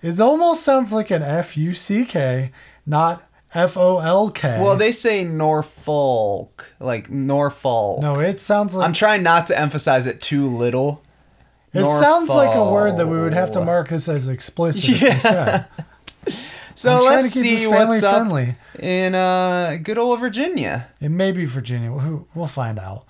Speaker 1: It almost sounds like an F U C K, not F O L K.
Speaker 2: well, (laughs) they say Norfolk, like Norfolk.
Speaker 1: no, it sounds like
Speaker 2: I'm trying not to emphasize it too little.
Speaker 1: It sounds like a word that we would have to mark this as explicit. if we
Speaker 2: Yeah.
Speaker 1: said.
Speaker 2: So
Speaker 1: I'm trying
Speaker 2: let's
Speaker 1: to keep this
Speaker 2: see what's up
Speaker 1: family-friendly.
Speaker 2: in uh, good old Virginia.
Speaker 1: It may be Virginia. Who we'll find out.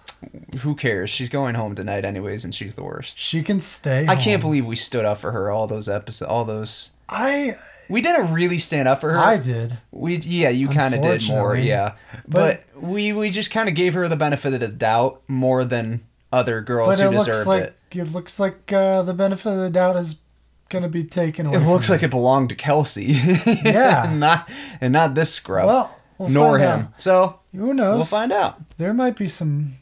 Speaker 2: Who cares? She's going home tonight, anyways, and she's the worst.
Speaker 1: She can stay.
Speaker 2: I can't
Speaker 1: home.
Speaker 2: believe we stood up for her all those episodes. All those
Speaker 1: I
Speaker 2: we didn't really stand up for her.
Speaker 1: I did.
Speaker 2: We yeah, you kind of did more.
Speaker 1: Unfortunately.
Speaker 2: Yeah, but,
Speaker 1: But-
Speaker 2: we we just kind of gave her the benefit of the doubt more than other
Speaker 1: But
Speaker 2: girls who
Speaker 1: it
Speaker 2: deserved
Speaker 1: looks like
Speaker 2: it.
Speaker 1: it looks like uh, the benefit of the doubt is gonna be taken away.
Speaker 2: It
Speaker 1: from
Speaker 2: looks
Speaker 1: her.
Speaker 2: like it belonged to Kelsey. (laughs)
Speaker 1: Yeah.
Speaker 2: and not and not this scrub.
Speaker 1: Well, we'll
Speaker 2: nor
Speaker 1: find
Speaker 2: him. So
Speaker 1: who knows?
Speaker 2: we'll find out.
Speaker 1: There might be some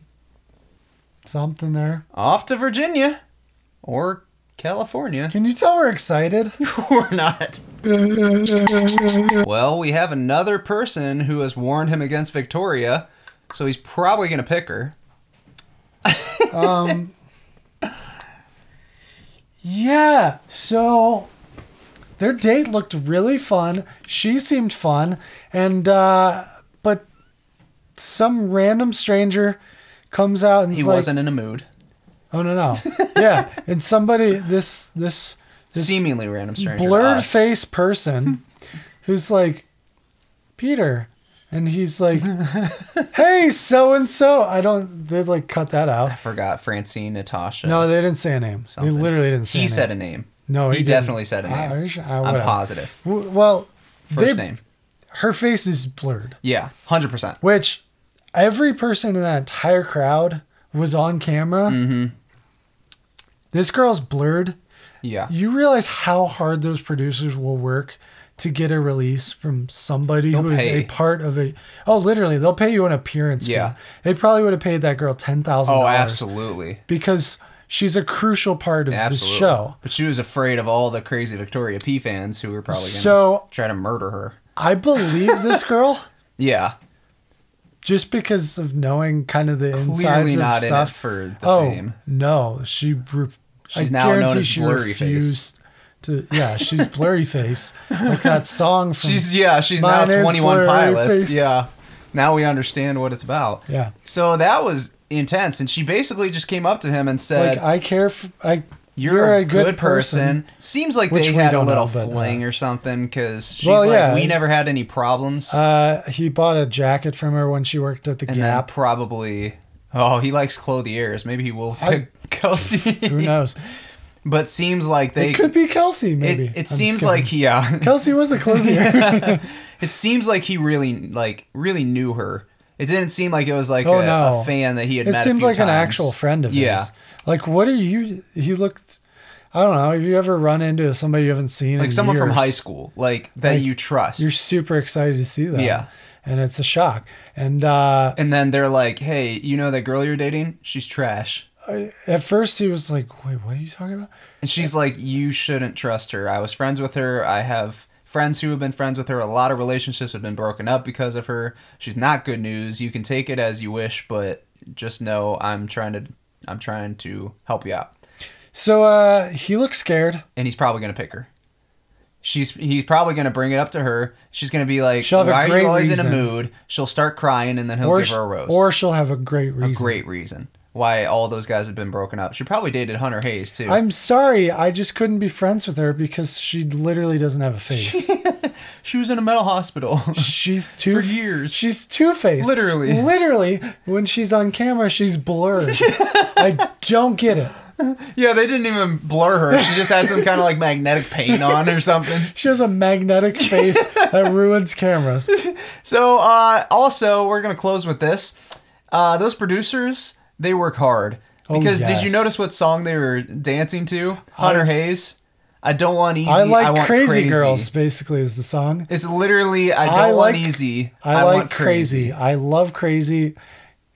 Speaker 1: something there.
Speaker 2: Off to Virginia or California. (laughs)
Speaker 1: Can you tell we're excited? (laughs)
Speaker 2: We're not. well, we have another person who has warned him against Victoria, so he's probably gonna pick her.
Speaker 1: um, yeah. So their date looked really fun. She seemed fun, and uh, but some random stranger comes out and
Speaker 2: He
Speaker 1: is like,
Speaker 2: wasn't in a mood.
Speaker 1: "Oh no,
Speaker 2: (laughs)
Speaker 1: no, yeah." And somebody this this this
Speaker 2: Seemingly random stranger. to
Speaker 1: blurred
Speaker 2: us.
Speaker 1: face person who's like Peter and he's
Speaker 2: (laughs)
Speaker 1: like hey so and so I don't they like cut that out
Speaker 2: I forgot Francine, Natasha.
Speaker 1: no they didn't say a name
Speaker 2: something.
Speaker 1: they literally didn't say
Speaker 2: He
Speaker 1: a name.
Speaker 2: said a name.
Speaker 1: no
Speaker 2: he,
Speaker 1: he didn't.
Speaker 2: definitely said a
Speaker 1: Ah, are you
Speaker 2: name.
Speaker 1: sure? Ah,
Speaker 2: I'm
Speaker 1: whatever.
Speaker 2: positive.
Speaker 1: W- well
Speaker 2: First
Speaker 1: they-
Speaker 2: name.
Speaker 1: her face is blurred
Speaker 2: Yeah, hundred percent.
Speaker 1: which every person in that entire crowd was on camera
Speaker 2: Mm-hmm.
Speaker 1: this girl's blurred
Speaker 2: Yeah.
Speaker 1: You realize how hard those producers will work to get a release from somebody who is
Speaker 2: pay.
Speaker 1: a part of a. Oh, literally, they'll pay you an appearance. fee.
Speaker 2: Yeah.
Speaker 1: they probably would have paid that girl ten thousand.
Speaker 2: Oh, absolutely.
Speaker 1: Because she's a crucial part of the
Speaker 2: Absolutely.
Speaker 1: show.
Speaker 2: But she was afraid of all the crazy Victoria P fans who were probably gonna
Speaker 1: So-
Speaker 2: try to murder her.
Speaker 1: I believe
Speaker 2: (laughs)
Speaker 1: this girl
Speaker 2: Yeah.
Speaker 1: just because of knowing kind of the
Speaker 2: Clearly
Speaker 1: insides
Speaker 2: not
Speaker 1: of
Speaker 2: in it
Speaker 1: stuff
Speaker 2: for the
Speaker 1: oh
Speaker 2: fame.
Speaker 1: no, she. Re-
Speaker 2: She's
Speaker 1: I
Speaker 2: now known
Speaker 1: guarantee
Speaker 2: as
Speaker 1: she
Speaker 2: Blurry Face.
Speaker 1: refused to. Yeah, she's blurry face like that song from.
Speaker 2: She's yeah, she's now
Speaker 1: My name's
Speaker 2: 21
Speaker 1: Blurry
Speaker 2: pilots.
Speaker 1: Face.
Speaker 2: Yeah. Now we understand what it's about.
Speaker 1: Yeah.
Speaker 2: So that was intense and she basically just came up to him and said
Speaker 1: like uh, I care. For, I
Speaker 2: you're, a good, person. Seems like
Speaker 1: Which
Speaker 2: they
Speaker 1: we
Speaker 2: had a
Speaker 1: don't
Speaker 2: little
Speaker 1: know, but, uh,
Speaker 2: fling or something because she's
Speaker 1: Well,
Speaker 2: like,
Speaker 1: yeah.
Speaker 2: we never had any problems.
Speaker 1: Uh, he bought a jacket from her when she worked at the
Speaker 2: and then
Speaker 1: Gap.
Speaker 2: probably, oh, he likes clothiers. Maybe he will (laughs)
Speaker 1: I-
Speaker 2: pick Kelsey.
Speaker 1: Who knows?
Speaker 2: but seems like they.
Speaker 1: It could be Kelsey. Maybe
Speaker 2: It,
Speaker 1: I'm
Speaker 2: it
Speaker 1: just
Speaker 2: seems
Speaker 1: kidding.
Speaker 2: like he, yeah.
Speaker 1: Kelsey
Speaker 2: (laughs)
Speaker 1: was a clothier.
Speaker 2: it seems like he really like really knew her. It didn't seem like it was like
Speaker 1: Oh,
Speaker 2: a,
Speaker 1: no.
Speaker 2: a fan that he had.
Speaker 1: it
Speaker 2: met a
Speaker 1: seemed
Speaker 2: few
Speaker 1: like an
Speaker 2: times.
Speaker 1: actual friend of
Speaker 2: Yeah,
Speaker 1: his. Like, what are you? He looked. I don't know. Have you ever run into somebody you haven't seen?
Speaker 2: like
Speaker 1: in
Speaker 2: someone from
Speaker 1: years?
Speaker 2: high school, like that you trust.
Speaker 1: You're super excited to see them.
Speaker 2: Yeah.
Speaker 1: and it's a shock. And uh,
Speaker 2: and then they're like, "Hey, you know that girl you're dating? She's trash."
Speaker 1: at first, he was like, "Wait, what are you talking about?"
Speaker 2: And she's like, "You shouldn't trust her. I was friends with her. I have friends who have been friends with her. A lot of relationships have been broken up because of her. She's not good news. You can take it as you wish, but just know I'm trying to I'm trying to help you out."
Speaker 1: So uh, he looked scared.
Speaker 2: and he's probably gonna pick her. She's he's probably gonna bring it up to her. She's gonna be like,
Speaker 1: She'll have a
Speaker 2: "Why are
Speaker 1: great
Speaker 2: you always in a
Speaker 1: reason."
Speaker 2: mood?" She'll start crying, and then he'll
Speaker 1: or
Speaker 2: give
Speaker 1: sh-
Speaker 2: her a rose.
Speaker 1: or she'll have a great reason.
Speaker 2: great reason why all those guys have been broken up. She probably dated Hunter Hayes too.
Speaker 1: I'm sorry, I just couldn't be friends with her because she literally doesn't have a
Speaker 2: (laughs)
Speaker 1: face.
Speaker 2: she was in a mental hospital. (laughs)
Speaker 1: She's two
Speaker 2: For years.
Speaker 1: She's two faced.
Speaker 2: Literally.
Speaker 1: Literally, when she's on camera, she's blurred. I don't get it.
Speaker 2: yeah, they didn't even blur her. She just had some kind of like magnetic paint on or something.
Speaker 1: She has a magnetic face that ruins cameras.
Speaker 2: So uh, also, we're gonna close with this. Uh, those producers, they work hard because did you
Speaker 1: Oh, yes.
Speaker 2: notice what song they were dancing to? Hunter Hayes. I don't want easy.
Speaker 1: I like
Speaker 2: want
Speaker 1: crazy, Girls, basically, is the song.
Speaker 2: It's literally I don't
Speaker 1: I
Speaker 2: want
Speaker 1: like-
Speaker 2: easy.
Speaker 1: I, like crazy. I love crazy.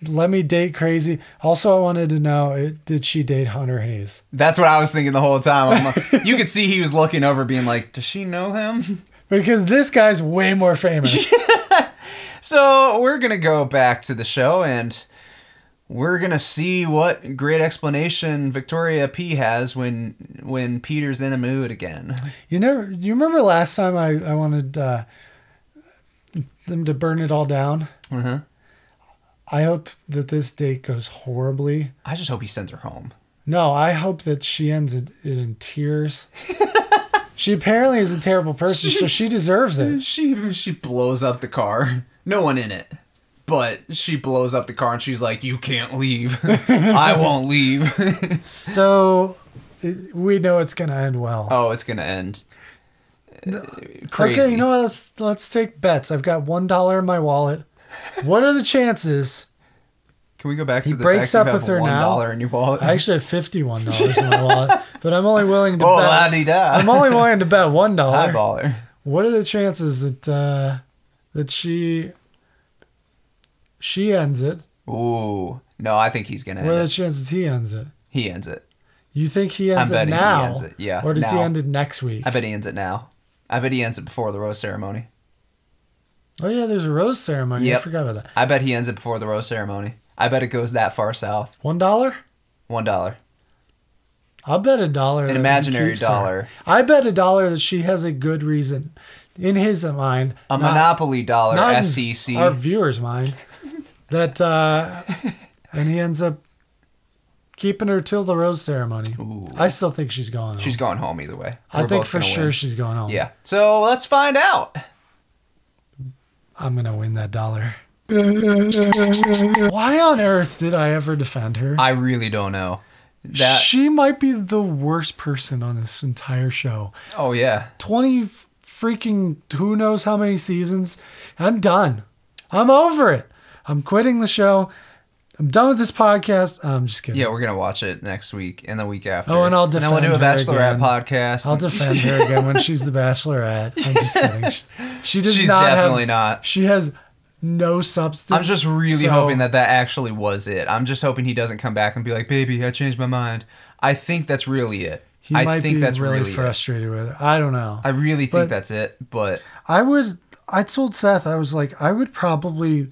Speaker 1: Let me date crazy. Also, I wanted to know it, did she date Hunter Hayes?
Speaker 2: That's what I was thinking the whole time. I'm
Speaker 1: (laughs)
Speaker 2: like- you could see he was looking over, being like, "Does she know him?"
Speaker 1: Because this guy's way more famous.
Speaker 2: So we're gonna go back to the show and we're gonna see what great explanation Victoria P has when when Peter's in a mood again.
Speaker 1: You never. You remember last time I I wanted uh, them to burn it all down.
Speaker 2: Uh-huh.
Speaker 1: I hope that this date goes horribly.
Speaker 2: I just hope he sends her home.
Speaker 1: No, I hope that she ends it, it in
Speaker 2: (laughs)
Speaker 1: tears. she apparently is a terrible person, so she deserves
Speaker 2: (laughs)
Speaker 1: it.
Speaker 2: She she blows up the car. No one in it. But she blows up the car and she's like, "You can't
Speaker 1: (laughs)
Speaker 2: leave. I won't leave." (laughs)
Speaker 1: So it- we know it's gonna end well.
Speaker 2: oh, it's gonna end. Uh, Crazy.
Speaker 1: Okay, you know what? Let's let's take bets. I've got one dollar in my wallet. What are the chances?
Speaker 2: Can we go back to the
Speaker 1: breaks
Speaker 2: fact you
Speaker 1: up
Speaker 2: have
Speaker 1: with her
Speaker 2: one
Speaker 1: now.
Speaker 2: dollar in your wallet?
Speaker 1: I actually have fifty-one dollars in my wallet, but I'm only willing to
Speaker 2: (laughs) oh,
Speaker 1: bet.
Speaker 2: la di da.
Speaker 1: I'm only willing to bet one dollar.
Speaker 2: Highballer.
Speaker 1: What are the chances that uh, that she she ends it?
Speaker 2: Ooh, no, I think he's gonna end
Speaker 1: What are the
Speaker 2: it.
Speaker 1: chances he ends it?
Speaker 2: He ends it.
Speaker 1: You think he ends it
Speaker 2: betting he
Speaker 1: now?
Speaker 2: ends it, yeah,
Speaker 1: Or does he
Speaker 2: now.
Speaker 1: end it next week?
Speaker 2: I bet he ends it now. I bet he ends it before the rose ceremony.
Speaker 1: Oh yeah, there's a rose ceremony. I
Speaker 2: Yep.
Speaker 1: forgot about that.
Speaker 2: I bet he ends it before the rose ceremony. I bet it goes that far south.
Speaker 1: One dollar?
Speaker 2: One dollar.
Speaker 1: I'll bet a dollar. that he
Speaker 2: imaginary
Speaker 1: keeps her.
Speaker 2: dollar.
Speaker 1: I bet a dollar that she has a good reason in his mind.
Speaker 2: A
Speaker 1: not-
Speaker 2: monopoly dollar. E
Speaker 1: not in
Speaker 2: SEC.
Speaker 1: Our viewers'
Speaker 2: (laughs)
Speaker 1: mind. that uh and he ends up keeping her till the rose ceremony. I still think she's gone.
Speaker 2: She's going home either way.
Speaker 1: I
Speaker 2: We're
Speaker 1: think
Speaker 2: both
Speaker 1: for
Speaker 2: gonna
Speaker 1: sure
Speaker 2: win.
Speaker 1: she's going home.
Speaker 2: Yeah. So let's find out.
Speaker 1: I'm gonna win that dollar. (laughs) Why on earth did I ever defend her?
Speaker 2: I really don't know. Uh, That.
Speaker 1: she might be the worst person on this entire show.
Speaker 2: oh yeah.
Speaker 1: 20 freaking who knows how many seasons. I'm done. I'm over it. I'm quitting the show. I'm done with this podcast. I'm just kidding.
Speaker 2: Yeah, we're gonna watch it next week and the week after.
Speaker 1: Oh, and I'll
Speaker 2: then we'll do a
Speaker 1: defend her
Speaker 2: bachelorette
Speaker 1: again.
Speaker 2: podcast.
Speaker 1: I'll
Speaker 2: (laughs)
Speaker 1: defend her again when she's the bachelorette. I'm just kidding. She- She does
Speaker 2: She's
Speaker 1: not have-
Speaker 2: definitely not.
Speaker 1: She has no substance.
Speaker 2: I'm just really
Speaker 1: so-
Speaker 2: hoping that that actually was it. I'm just hoping he doesn't come back and be like, "Baby, I changed my mind." I think that's really it.
Speaker 1: he
Speaker 2: I
Speaker 1: might
Speaker 2: think
Speaker 1: be
Speaker 2: that's
Speaker 1: really,
Speaker 2: really it.
Speaker 1: frustrated with her. I don't know.
Speaker 2: I really think
Speaker 1: But-
Speaker 2: that's it, but
Speaker 1: I would. I told Seth I was like I would probably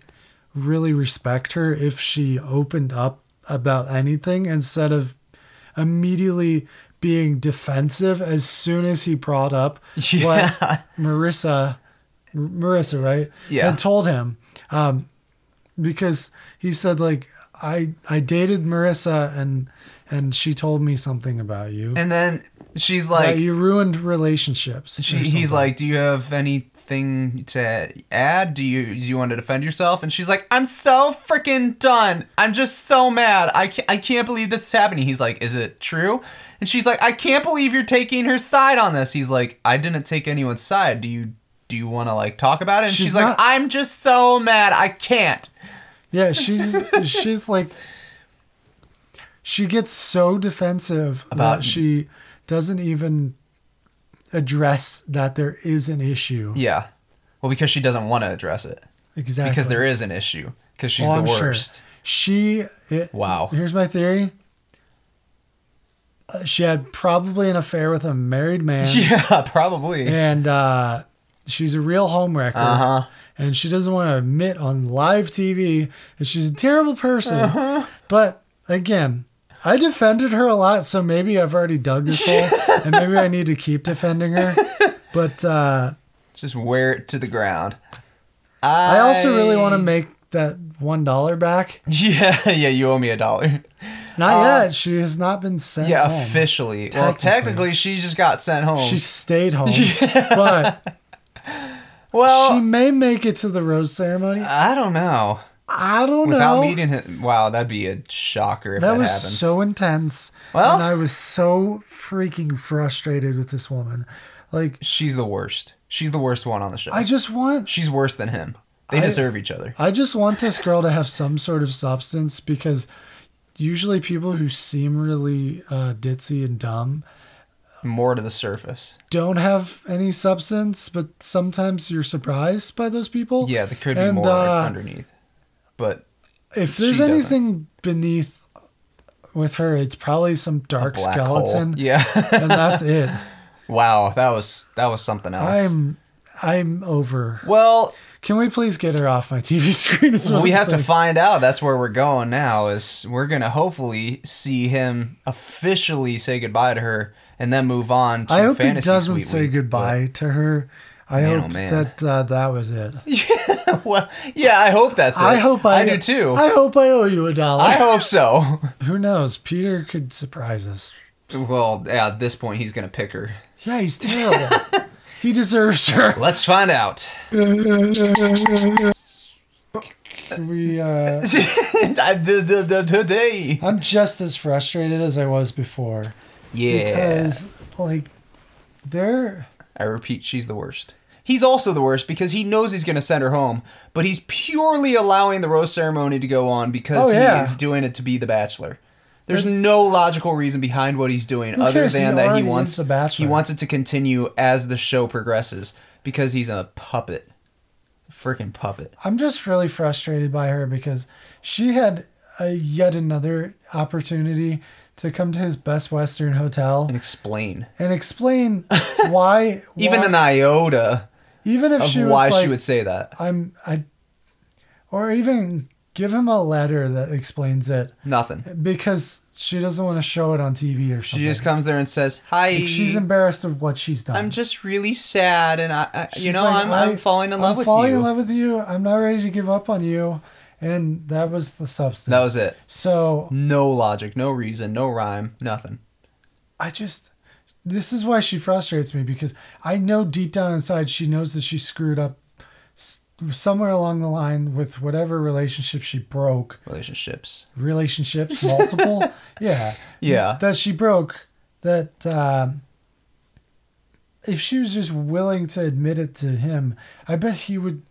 Speaker 1: really respect her if she opened up about anything instead of immediately being defensive as soon as he brought
Speaker 2: (laughs)
Speaker 1: up
Speaker 2: Yeah.
Speaker 1: what Marissa, Marissa, right?
Speaker 2: Yeah.
Speaker 1: And told him, um, because he said like I I dated Marissa and and she told me something about you.
Speaker 2: and then she's
Speaker 1: that
Speaker 2: like,
Speaker 1: you ruined relationships. or
Speaker 2: she,
Speaker 1: something.
Speaker 2: he's like, "Do you have anything to add? Do you do you want to defend yourself?" And she's like, "I'm so freaking done. I'm just so mad. I can't, I can't believe this is happening." He's like, "Is it true?" And she's like, "I can't believe you're taking her side on this." He's like, "I didn't take anyone's side. Do you do you want to like talk about it?" And
Speaker 1: She's
Speaker 2: she's,
Speaker 1: not-
Speaker 2: like, "I'm just so mad. I can't."
Speaker 1: Yeah, she's she's like she gets so defensive
Speaker 2: About-
Speaker 1: that she doesn't even address that there is an issue.
Speaker 2: Yeah. Well, because she doesn't want to address it
Speaker 1: exactly.
Speaker 2: because there is an issue because she's
Speaker 1: Oh,
Speaker 2: the
Speaker 1: I'm sure.
Speaker 2: worst.
Speaker 1: She it,
Speaker 2: Wow.
Speaker 1: Here's my theory. Uh, She had probably an affair with a married
Speaker 2: (laughs)
Speaker 1: man,
Speaker 2: (laughs) Yeah, probably.
Speaker 1: and uh, she's a real homewrecker.
Speaker 2: Uh-huh.
Speaker 1: And she doesn't want to admit on live TV that she's a terrible person.
Speaker 2: Uh-huh.
Speaker 1: But again, I defended her a lot, so maybe I've already dug this
Speaker 2: (laughs)
Speaker 1: hole, and maybe I need to keep defending her. But uh,
Speaker 2: Just wear it to the ground.
Speaker 1: I also really want to make that one dollar back.
Speaker 2: (laughs) Yeah, yeah, you owe me a dollar.
Speaker 1: Not yet. She has not been sent.
Speaker 2: Uh, Yeah,
Speaker 1: home.
Speaker 2: officially. Well,
Speaker 1: Technically.
Speaker 2: technically, she just got sent home.
Speaker 1: She stayed
Speaker 2: (laughs)
Speaker 1: home, but she
Speaker 2: well,
Speaker 1: may make it to the rose ceremony.
Speaker 2: I don't know.
Speaker 1: I don't
Speaker 2: Without
Speaker 1: know.
Speaker 2: meeting him, wow, that'd be a shocker if
Speaker 1: that
Speaker 2: that,
Speaker 1: was
Speaker 2: happens.
Speaker 1: so intense.
Speaker 2: Well-
Speaker 1: and I was so freaking frustrated with this woman. Like,
Speaker 2: She's the worst. She's the worst one on the show.
Speaker 1: I just want
Speaker 2: She's worse than him. They
Speaker 1: I-
Speaker 2: deserve each other.
Speaker 1: I just want this girl to have some sort of substance because usually people who seem really uh, ditzy and dumb
Speaker 2: More to the surface.
Speaker 1: don't have any substance, but sometimes you're surprised by those people.
Speaker 2: Yeah, there could be
Speaker 1: And,
Speaker 2: more
Speaker 1: uh,
Speaker 2: underneath. But
Speaker 1: if there's
Speaker 2: she doesn't.
Speaker 1: anything beneath with her, it's probably some dark
Speaker 2: black
Speaker 1: skeleton,
Speaker 2: hole. Yeah. (laughs)
Speaker 1: and that's it.
Speaker 2: wow, that was that was something else.
Speaker 1: I'm I'm over.
Speaker 2: well,
Speaker 1: Can we please get her off my TV (laughs) screen?
Speaker 2: (laughs)
Speaker 1: As well?
Speaker 2: we have to find out. That's where we're going now. Is we're gonna hopefully see him officially say goodbye to her, and then move on to
Speaker 1: I hope he
Speaker 2: fantasy
Speaker 1: doesn't
Speaker 2: Suite
Speaker 1: say
Speaker 2: Week.
Speaker 1: goodbye to her. I
Speaker 2: Man, oh,
Speaker 1: hope
Speaker 2: man.
Speaker 1: that uh, that was it.
Speaker 2: (laughs) well, yeah, I hope that's it.
Speaker 1: I hope I,
Speaker 2: I
Speaker 1: (laughs)
Speaker 2: do too.
Speaker 1: I hope I owe you a dollar.
Speaker 2: I hope
Speaker 1: (laughs)
Speaker 2: so.
Speaker 1: Who knows? Peter could surprise us.
Speaker 2: Well, yeah, at this point, he's going to pick her.
Speaker 1: Yeah, he's
Speaker 2: (laughs)
Speaker 1: terrible. he deserves her.
Speaker 2: Let's find out. (laughs)
Speaker 1: We, uh,
Speaker 2: I did- did- did- Today.
Speaker 1: I'm just as frustrated as I was before.
Speaker 2: Yeah.
Speaker 1: Because, like, they're.
Speaker 2: I repeat, she's the worst. He's also the worst because he knows he's going to send her home, but he's purely allowing the rose ceremony to go on because
Speaker 1: Oh, yeah.
Speaker 2: he is doing it to be the bachelor. There's no logical reason behind what he's doing other
Speaker 1: cares? He
Speaker 2: than that he
Speaker 1: already
Speaker 2: wants
Speaker 1: is the bachelor.
Speaker 2: he wants it to continue as the show progresses because he's a puppet. Freaking puppet.
Speaker 1: I'm just really frustrated by her because she had a yet another opportunity to come to his Best Western hotel
Speaker 2: And explain.
Speaker 1: and
Speaker 2: (laughs)
Speaker 1: explain why.
Speaker 2: Even
Speaker 1: why,
Speaker 2: an iota
Speaker 1: even if
Speaker 2: of
Speaker 1: she was
Speaker 2: why
Speaker 1: like,
Speaker 2: she would say that.
Speaker 1: I'm I, or even give him a letter that explains it
Speaker 2: Nothing.
Speaker 1: because she doesn't want to show it on TV or something.
Speaker 2: She just comes there and says, "Hi."
Speaker 1: She's embarrassed of what she's done.
Speaker 2: I'm just really sad, and I, I you
Speaker 1: She's
Speaker 2: know,
Speaker 1: like,
Speaker 2: I'm, I'm
Speaker 1: I-
Speaker 2: falling in love
Speaker 1: I'm
Speaker 2: with
Speaker 1: falling
Speaker 2: you.
Speaker 1: in love with you. I'm not ready to give up on you, and that was the substance.
Speaker 2: That was it.
Speaker 1: So
Speaker 2: No logic, no reason, no rhyme, nothing.
Speaker 1: I just this is why she frustrates me because I know deep down inside she knows that she screwed up s- somewhere along the line with whatever relationship she broke,
Speaker 2: Relationships.
Speaker 1: Mm. relationships multiple, yeah,
Speaker 2: Yeah.
Speaker 1: that she broke. That um, if she was just willing to admit it to him, I bet he would.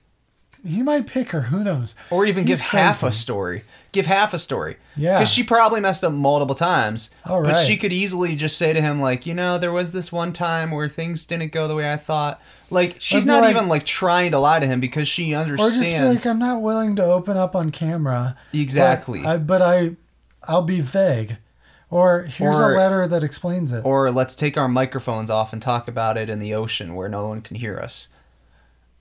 Speaker 1: He might pick her. Who knows?
Speaker 2: Or even
Speaker 1: He's
Speaker 2: give half a
Speaker 1: crazy.
Speaker 2: story. Give half a story.
Speaker 1: Yeah.
Speaker 2: Because she probably messed up multiple times.
Speaker 1: All
Speaker 2: But
Speaker 1: right.
Speaker 2: she could easily just say to him, like, you know, there was this one time where things didn't go the way I thought. Like, she's
Speaker 1: be
Speaker 2: not
Speaker 1: like-
Speaker 2: even, like, trying to lie to him because she
Speaker 1: or just be
Speaker 2: understands.
Speaker 1: like, I'm not willing to open up on camera.
Speaker 2: Exactly.
Speaker 1: But I, but I I'll be vague. Or here's
Speaker 2: Or-
Speaker 1: a letter that explains it.
Speaker 2: or let's take our microphones off and talk about it in the ocean where no one can hear us.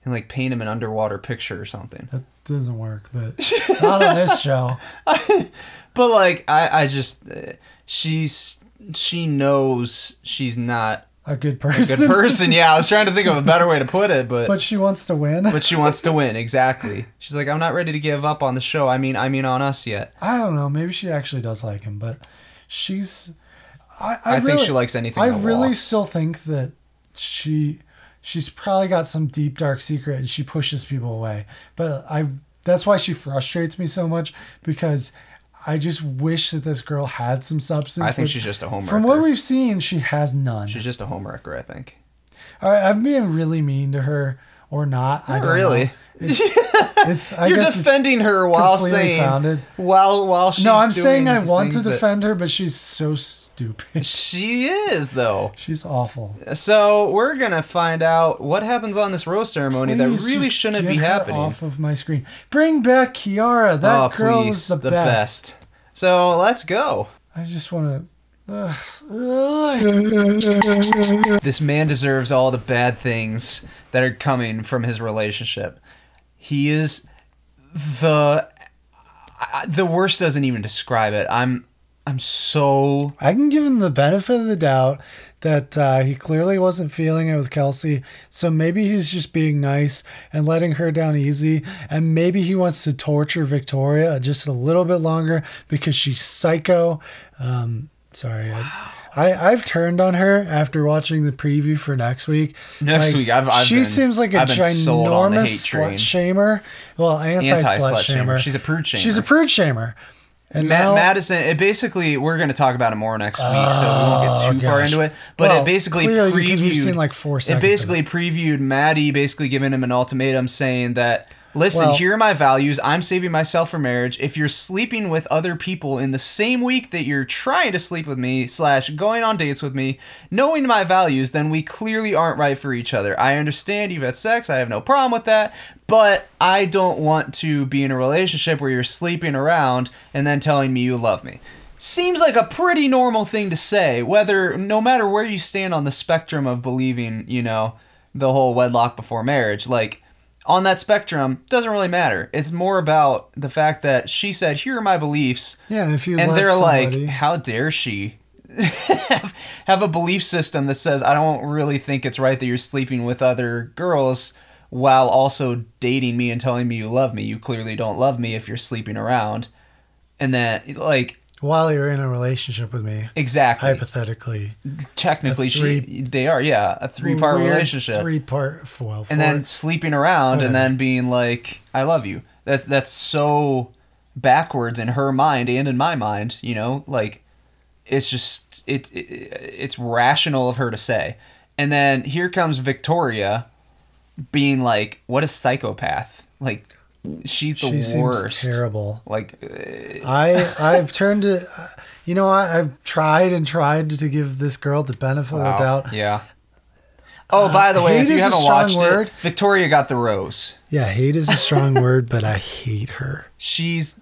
Speaker 2: And, like, paint him an underwater picture or something.
Speaker 1: that doesn't work, but not on this show.
Speaker 2: But like I, I just uh, she's she knows she's not
Speaker 1: A good person.
Speaker 2: (laughs)
Speaker 1: (laughs)
Speaker 2: a good person. Yeah, I was trying to think of a better way to put it, but but,
Speaker 1: But she wants to win.
Speaker 2: she wants to win exactly. She's like, I'm not ready to give up on the show. I mean, I mean on us yet.
Speaker 1: I don't know. Maybe she actually does like him, but she's. I, I,
Speaker 2: I,
Speaker 1: really,
Speaker 2: think she likes anything.
Speaker 1: I
Speaker 2: that
Speaker 1: really
Speaker 2: walks.
Speaker 1: still think that she she's probably got some deep dark secret and she pushes people away. But I that's why she frustrates me so much because I just wish that this girl had some substance.
Speaker 2: I think
Speaker 1: but
Speaker 2: she's just a
Speaker 1: From what
Speaker 2: homewrecker.
Speaker 1: we've seen, she has none.
Speaker 2: She's just a homewrecker. I think.
Speaker 1: I, I'm being really mean to her or not. I
Speaker 2: Not
Speaker 1: don't
Speaker 2: really.
Speaker 1: Know. It's,
Speaker 2: (laughs)
Speaker 1: it's I
Speaker 2: You're
Speaker 1: guess it's-
Speaker 2: defending her while
Speaker 1: completely
Speaker 2: saying
Speaker 1: founded.
Speaker 2: while while she's
Speaker 1: no, I'm
Speaker 2: doing
Speaker 1: saying I
Speaker 2: the
Speaker 1: want to
Speaker 2: things that-
Speaker 1: defend her, but she's so stupid.
Speaker 2: She is though.
Speaker 1: (laughs) She's awful.
Speaker 2: So we're gonna find out what happens on this rose ceremony
Speaker 1: Please
Speaker 2: that really
Speaker 1: just
Speaker 2: shouldn't
Speaker 1: get
Speaker 2: be
Speaker 1: her
Speaker 2: happening.
Speaker 1: Off of my screen. Bring back Kiara. That
Speaker 2: oh,
Speaker 1: girl
Speaker 2: please,
Speaker 1: is the, best.
Speaker 2: So let's go.
Speaker 1: I just want to. Ugh.
Speaker 2: This man deserves all the bad things that are coming from his relationship. He is the I- the worst doesn't even describe it. I'm I'm so
Speaker 1: I can give him the benefit of the doubt that uh, he clearly wasn't feeling it with Kelsey, so maybe he's just being nice and letting her down easy, and maybe he wants to torture Victoria just a little bit longer because she's psycho. Um, sorry, I, I I've turned on her after watching the preview for next week.
Speaker 2: Next
Speaker 1: Like,
Speaker 2: week, I've- I've
Speaker 1: she
Speaker 2: been-
Speaker 1: seems like a
Speaker 2: I've been sold on the hate
Speaker 1: ginormous
Speaker 2: train.
Speaker 1: slut shamer. Well, anti slut
Speaker 2: Anti-slut shamer.
Speaker 1: shamer.
Speaker 2: She's a prude shamer.
Speaker 1: She's a prude shamer. And
Speaker 2: Matt
Speaker 1: now,
Speaker 2: Madison. It basically we're gonna talk about it more next week, so we won't get too
Speaker 1: Oh,
Speaker 2: far
Speaker 1: gosh.
Speaker 2: into it. But
Speaker 1: Well,
Speaker 2: it basically
Speaker 1: clearly
Speaker 2: previewed,
Speaker 1: because we've seen, like, four
Speaker 2: It
Speaker 1: seconds of
Speaker 2: basically previewed Maddie basically giving him an ultimatum, saying that listen,
Speaker 1: Well-
Speaker 2: here are my values. I'm saving myself for marriage. If you're sleeping with other people in the same week that you're trying to sleep with me slash going on dates with me, knowing my values, then we clearly aren't right for each other. I understand you've had sex. I have no problem with that. But I don't want to be in a relationship where you're sleeping around and then telling me you love me seems like a pretty normal thing to say whether no matter where you stand on the spectrum of believing you know the whole wedlock before marriage like on that spectrum doesn't really matter it's more about the fact that she said here are my beliefs
Speaker 1: yeah, and if you
Speaker 2: and
Speaker 1: love
Speaker 2: they're
Speaker 1: somebody,
Speaker 2: like how dare she (laughs) have, have a belief system that says i don't really think it's right that you're sleeping with other girls while also dating me and telling me you love me. You clearly don't love me if you're sleeping around. And then, like,
Speaker 1: While you're in a relationship with me,
Speaker 2: exactly.
Speaker 1: hypothetically,
Speaker 2: Technically,
Speaker 1: a three-
Speaker 2: she, they are, yeah, a three part relationship.
Speaker 1: three part, well,
Speaker 2: and then sleeping around
Speaker 1: Whatever.
Speaker 2: and then being like i love you that's that's so backwards in her mind and in my mind you know like it's just it, it it's rational of her to say and then here comes victoria being like what a psychopath like she's the
Speaker 1: she
Speaker 2: worst
Speaker 1: seems terrible.
Speaker 2: like uh,
Speaker 1: I I've turned to, you know, I, I've tried and tried to give this girl the benefit of the doubt. Uh,
Speaker 2: yeah oh by the way if
Speaker 1: hate
Speaker 2: you
Speaker 1: is a
Speaker 2: haven't
Speaker 1: strong
Speaker 2: watched
Speaker 1: word.
Speaker 2: it victoria got the rose
Speaker 1: Yeah, hate is a strong (laughs) word, but I hate her.
Speaker 2: she's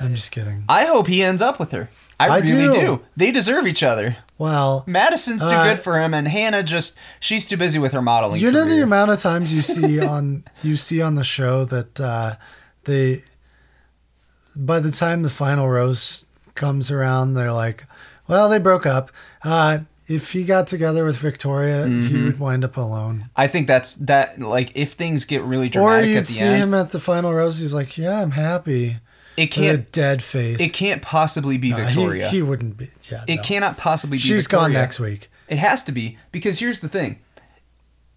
Speaker 1: I'm just kidding.
Speaker 2: i hope he ends up with her i,
Speaker 1: I do.
Speaker 2: really do they deserve each other
Speaker 1: Well,
Speaker 2: Madison's too
Speaker 1: Uh,
Speaker 2: good for him, and Hannah just she's too busy with her modeling.
Speaker 1: you know the
Speaker 2: career.
Speaker 1: amount of times you
Speaker 2: (laughs)
Speaker 1: see on you see on the show that uh, they, by the time the final rose comes around, they're like, well, they broke up. Uh, if he got together with Victoria,
Speaker 2: Mm-hmm.
Speaker 1: he would wind up alone.
Speaker 2: I think that's that. Like, if things get really
Speaker 1: Or
Speaker 2: dramatic at
Speaker 1: you'd
Speaker 2: the
Speaker 1: see
Speaker 2: end,
Speaker 1: him at the final rose. He's like, "Yeah, I'm happy."
Speaker 2: it
Speaker 1: With a
Speaker 2: can't.
Speaker 1: dead face.
Speaker 2: It can't possibly be
Speaker 1: Uh,
Speaker 2: Victoria.
Speaker 1: He, he wouldn't be. Yeah,
Speaker 2: it
Speaker 1: no.
Speaker 2: cannot possibly be.
Speaker 1: She's
Speaker 2: Victoria.
Speaker 1: gone next week.
Speaker 2: It has to be because here's the thing: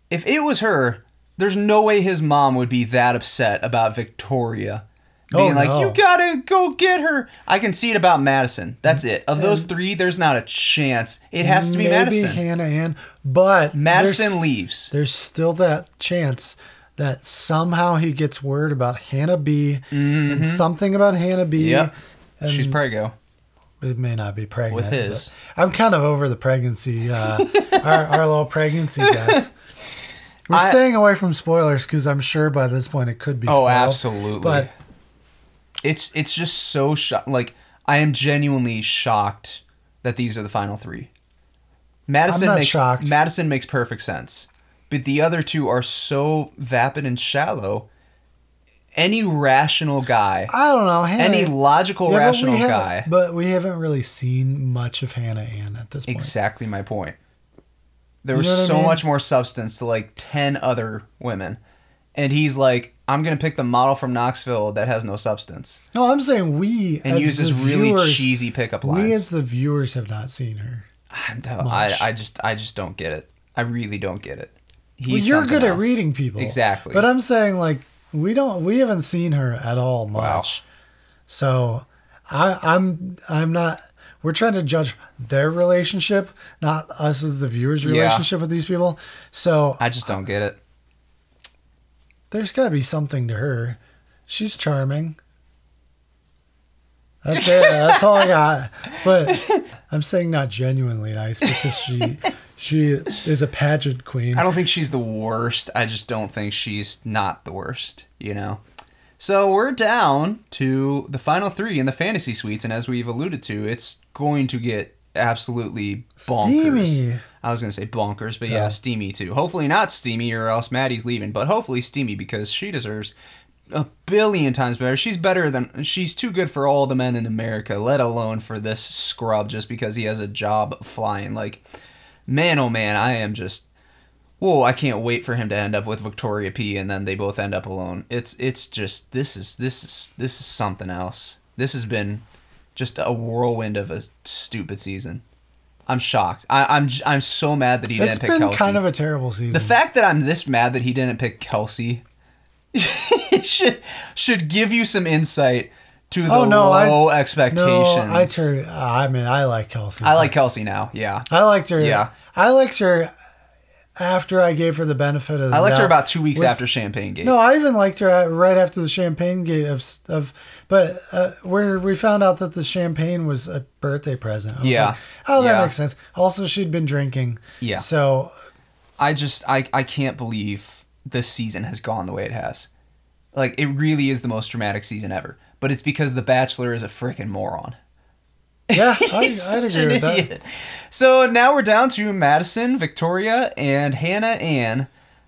Speaker 2: if it was her, there's no way his mom would be that upset about Victoria being
Speaker 1: Oh,
Speaker 2: like,
Speaker 1: no.
Speaker 2: "You gotta go get her." I can see it about Madison. That's it. Of those three, there's not a chance. It has to be
Speaker 1: Maybe
Speaker 2: Madison.
Speaker 1: Hannah Ann, but
Speaker 2: Madison
Speaker 1: there's,
Speaker 2: leaves.
Speaker 1: There's still that chance that somehow he gets word about Hannah B and something about Hannah B.
Speaker 2: Mm-hmm. Yep.
Speaker 1: And
Speaker 2: She's prego.
Speaker 1: it may not be pregnant.
Speaker 2: With his.
Speaker 1: but I'm kind of over the pregnancy, uh, our, our little pregnancy
Speaker 2: (laughs)
Speaker 1: guess. We're
Speaker 2: I-
Speaker 1: staying away from spoilers because I'm sure by this point it could be.
Speaker 2: Oh,
Speaker 1: spoiled,
Speaker 2: absolutely.
Speaker 1: But
Speaker 2: it's it's just so shock. Like I am genuinely shocked that these are the final three. Madison
Speaker 1: not
Speaker 2: makes
Speaker 1: shocked.
Speaker 2: Madison makes perfect sense, but the other two are so vapid and shallow. Any rational guy,
Speaker 1: I don't know. Hannah,
Speaker 2: any logical
Speaker 1: Yeah,
Speaker 2: rational
Speaker 1: but we haven't-
Speaker 2: guy,
Speaker 1: But we haven't really seen much of Hannah Ann at this point.
Speaker 2: exactly my point. There
Speaker 1: You
Speaker 2: was
Speaker 1: know what I
Speaker 2: so
Speaker 1: mean?
Speaker 2: much more substance to like ten other women, and he's like, "I'm gonna pick the model from Knoxville that has no substance
Speaker 1: No, I'm saying we
Speaker 2: and
Speaker 1: as
Speaker 2: uses
Speaker 1: the
Speaker 2: really
Speaker 1: viewers,
Speaker 2: cheesy pickup lines."
Speaker 1: We as the viewers have not seen her.
Speaker 2: (sighs) I'm tell- I,
Speaker 1: much.
Speaker 2: I just I just don't get it. I really don't get it. He's
Speaker 1: Well, you're
Speaker 2: something
Speaker 1: good at
Speaker 2: else.
Speaker 1: reading people,
Speaker 2: Exactly.
Speaker 1: But I'm saying like we don't we haven't seen her at all much. So I, I'm I'm not. We're trying to judge their relationship, not us as the viewers'
Speaker 2: Yeah.
Speaker 1: relationship with these people. So
Speaker 2: I just don't get it.
Speaker 1: There's got to be something to her. She's charming. That's
Speaker 2: (laughs)
Speaker 1: it. That's all I got. But I'm saying not genuinely nice because she she is a pageant queen.
Speaker 2: I don't think she's the worst. I just don't think she's not the worst, you know. So we're down to the final three in the fantasy suites, and as we've alluded to, it's going to get absolutely bonkers.
Speaker 1: Steamy.
Speaker 2: I was gonna say bonkers, but yeah,
Speaker 1: Oh.
Speaker 2: steamy too. Hopefully not steamy, or else Maddie's leaving. But hopefully steamy because she deserves a billion times better. She's better than she's too good for all the men in America, let alone for this scrub just because he has a job flying. Like, man, oh man, I am just whoa, I can't wait for him to end up with Victoria P and then they both end up alone. It's it's just this is this is this is something else. This has been just a whirlwind of a stupid season. I'm shocked. I, I'm j- I'm so mad that he
Speaker 1: It's
Speaker 2: didn't pick
Speaker 1: been
Speaker 2: Kelsey.
Speaker 1: kind of a terrible season.
Speaker 2: the fact that I'm this mad that he didn't pick Kelsey (laughs) should should give you some insight to the
Speaker 1: Oh, no, I-
Speaker 2: low expectations.
Speaker 1: no, I turn. I mean, I like Kelsey.
Speaker 2: I like Kelsey now. Yeah.
Speaker 1: I liked her.
Speaker 2: Yeah.
Speaker 1: I liked her after I gave her the benefit of. the
Speaker 2: I liked her
Speaker 1: doubt
Speaker 2: about 2 weeks
Speaker 1: with-
Speaker 2: after Champagne Gate.
Speaker 1: No, I even liked her at- right after the champagne gate of of, but uh, where we found out that the champagne was a birthday present. I was
Speaker 2: Yeah.
Speaker 1: like, oh, that
Speaker 2: Yeah.
Speaker 1: makes sense. Also, she'd been drinking.
Speaker 2: Yeah.
Speaker 1: So
Speaker 2: I just I I can't believe this season has gone the way it has. Like it really is the most dramatic season ever. But it's because The Bachelor is a freaking moron.
Speaker 1: (laughs)
Speaker 2: (laughs)
Speaker 1: yeah, I,
Speaker 2: He's
Speaker 1: I'd
Speaker 2: such an
Speaker 1: agree with that.
Speaker 2: idiot. (laughs) So now we're down to Madison, Victoria, and Hannah Ann.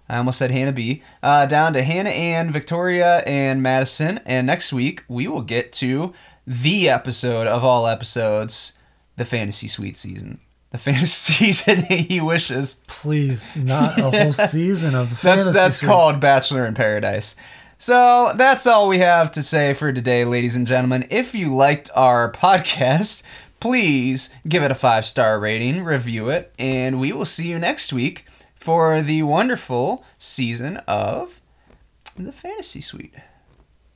Speaker 2: I almost said Hannah B. Uh, down to Hannah Ann, Victoria, and Madison. And next week we will get to the episode of all episodes, the Fantasy Suite season. the (laughs) fantasy season he wishes. (laughs)
Speaker 1: Please, not a whole season of the
Speaker 2: That's
Speaker 1: fantasy.
Speaker 2: that's
Speaker 1: suite.
Speaker 2: called Bachelor in Paradise. So that's all we have to say for today, ladies and gentlemen. If you liked our podcast, please give it a five star rating, review it, and we will see you next week for the wonderful season of the Fantasy Suite.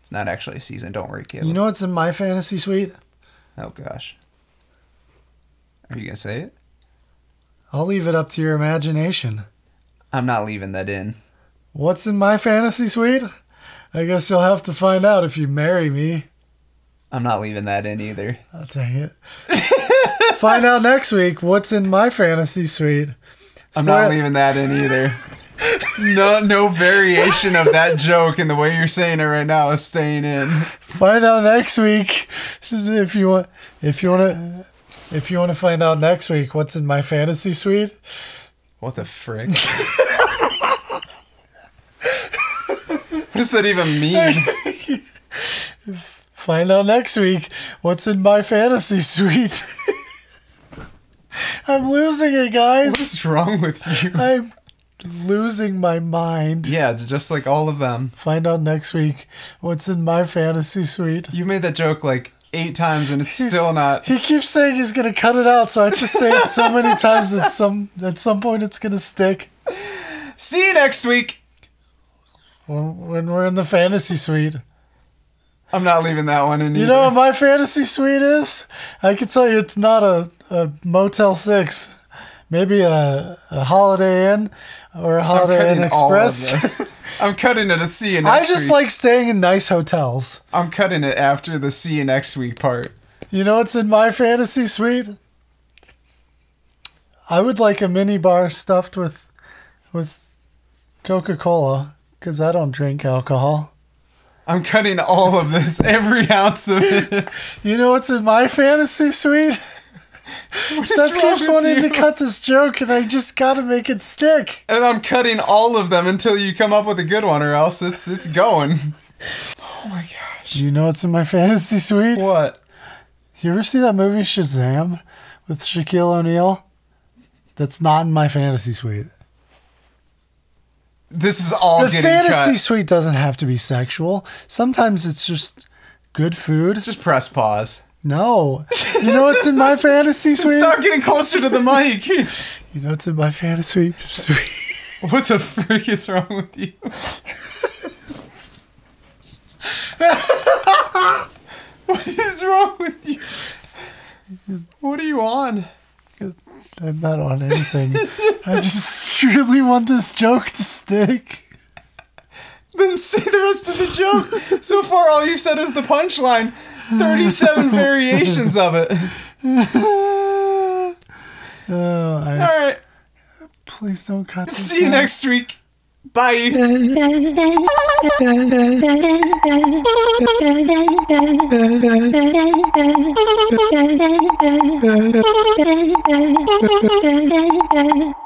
Speaker 2: It's not actually a season. Don't worry, Caleb.
Speaker 1: You know what's in my fantasy suite?
Speaker 2: oh gosh, are you gonna say it?
Speaker 1: I'll leave it up to your imagination.
Speaker 2: I'm not leaving that in.
Speaker 1: What's in my fantasy suite? I guess you'll have to find out if you marry me.
Speaker 2: I'm not leaving that in either.
Speaker 1: Oh, dang it.
Speaker 2: (laughs)
Speaker 1: find out next week what's in my fantasy suite.
Speaker 2: I'm not
Speaker 1: Spoil-
Speaker 2: leaving that in either. (laughs) No, no variation of that joke in the way you're saying it right now is staying in.
Speaker 1: Find out next week (laughs) if you want. If you want to. If you want to find out next week what's in my fantasy suite,
Speaker 2: What the (laughs) frick? what does that even mean?
Speaker 1: find out next week what's in my fantasy suite. (laughs) I'm losing it, guys.
Speaker 2: What's wrong with you?
Speaker 1: I'm losing my mind.
Speaker 2: (laughs) Yeah, just like all of them.
Speaker 1: Find out next week what's in my fantasy suite.
Speaker 2: You made that joke like eight times and it's still not.
Speaker 1: He keeps saying he's gonna cut it out, so I just say it so
Speaker 2: (laughs)
Speaker 1: many times that some at some point it's gonna stick.
Speaker 2: See you next week.
Speaker 1: When, when we're in the fantasy suite,
Speaker 2: I'm not leaving that one in
Speaker 1: you
Speaker 2: either.
Speaker 1: know what my fantasy suite is? I can tell you it's not a, a Motel Six, maybe a, a Holiday Inn or a
Speaker 2: I'm
Speaker 1: Holiday Inn
Speaker 2: cutting all of
Speaker 1: Express.
Speaker 2: (laughs) this. I'm cutting it at see
Speaker 1: (laughs)
Speaker 2: you
Speaker 1: I
Speaker 2: next
Speaker 1: just
Speaker 2: week.
Speaker 1: like staying in nice hotels.
Speaker 2: I'm cutting it after the see you next week part.
Speaker 1: You know what's in my fantasy suite? I would like a mini bar stuffed with with Coca Cola because I don't drink alcohol.
Speaker 2: I'm cutting all of this, (laughs) every ounce of it.
Speaker 1: You know what's in my fantasy
Speaker 2: (laughs)
Speaker 1: suite? Seth keeps wanting to cut this joke, and I just gotta make it stick.
Speaker 2: And I'm cutting all of them until you come up with a good one, or else it's it's going. Oh my gosh!
Speaker 1: Do you know what's in my fantasy suite?
Speaker 2: What?
Speaker 1: You ever see that movie Shazam with Shaquille O'Neal? That's not in my fantasy suite.
Speaker 2: This is all
Speaker 1: The
Speaker 2: getting
Speaker 1: fantasy
Speaker 2: cut.
Speaker 1: suite doesn't have to be sexual. Sometimes it's just good food.
Speaker 2: Just press pause.
Speaker 1: No. You know what's in
Speaker 2: (laughs)
Speaker 1: my fantasy suite?
Speaker 2: Stop getting closer to the mic. (laughs)
Speaker 1: You know what's in my fantasy suite?
Speaker 2: what the frick is wrong with you? (laughs) what is wrong with you? What are you on?
Speaker 1: I'm not on anything. I just (laughs) really want this joke to stick.
Speaker 2: Then say the rest of the joke. So far, all you've said is the punchline. 37 variations of it.
Speaker 1: Oh, I,
Speaker 2: All right.
Speaker 1: please don't cut this.
Speaker 2: (laughs) See you next week. Bye.
Speaker 3: Thank you.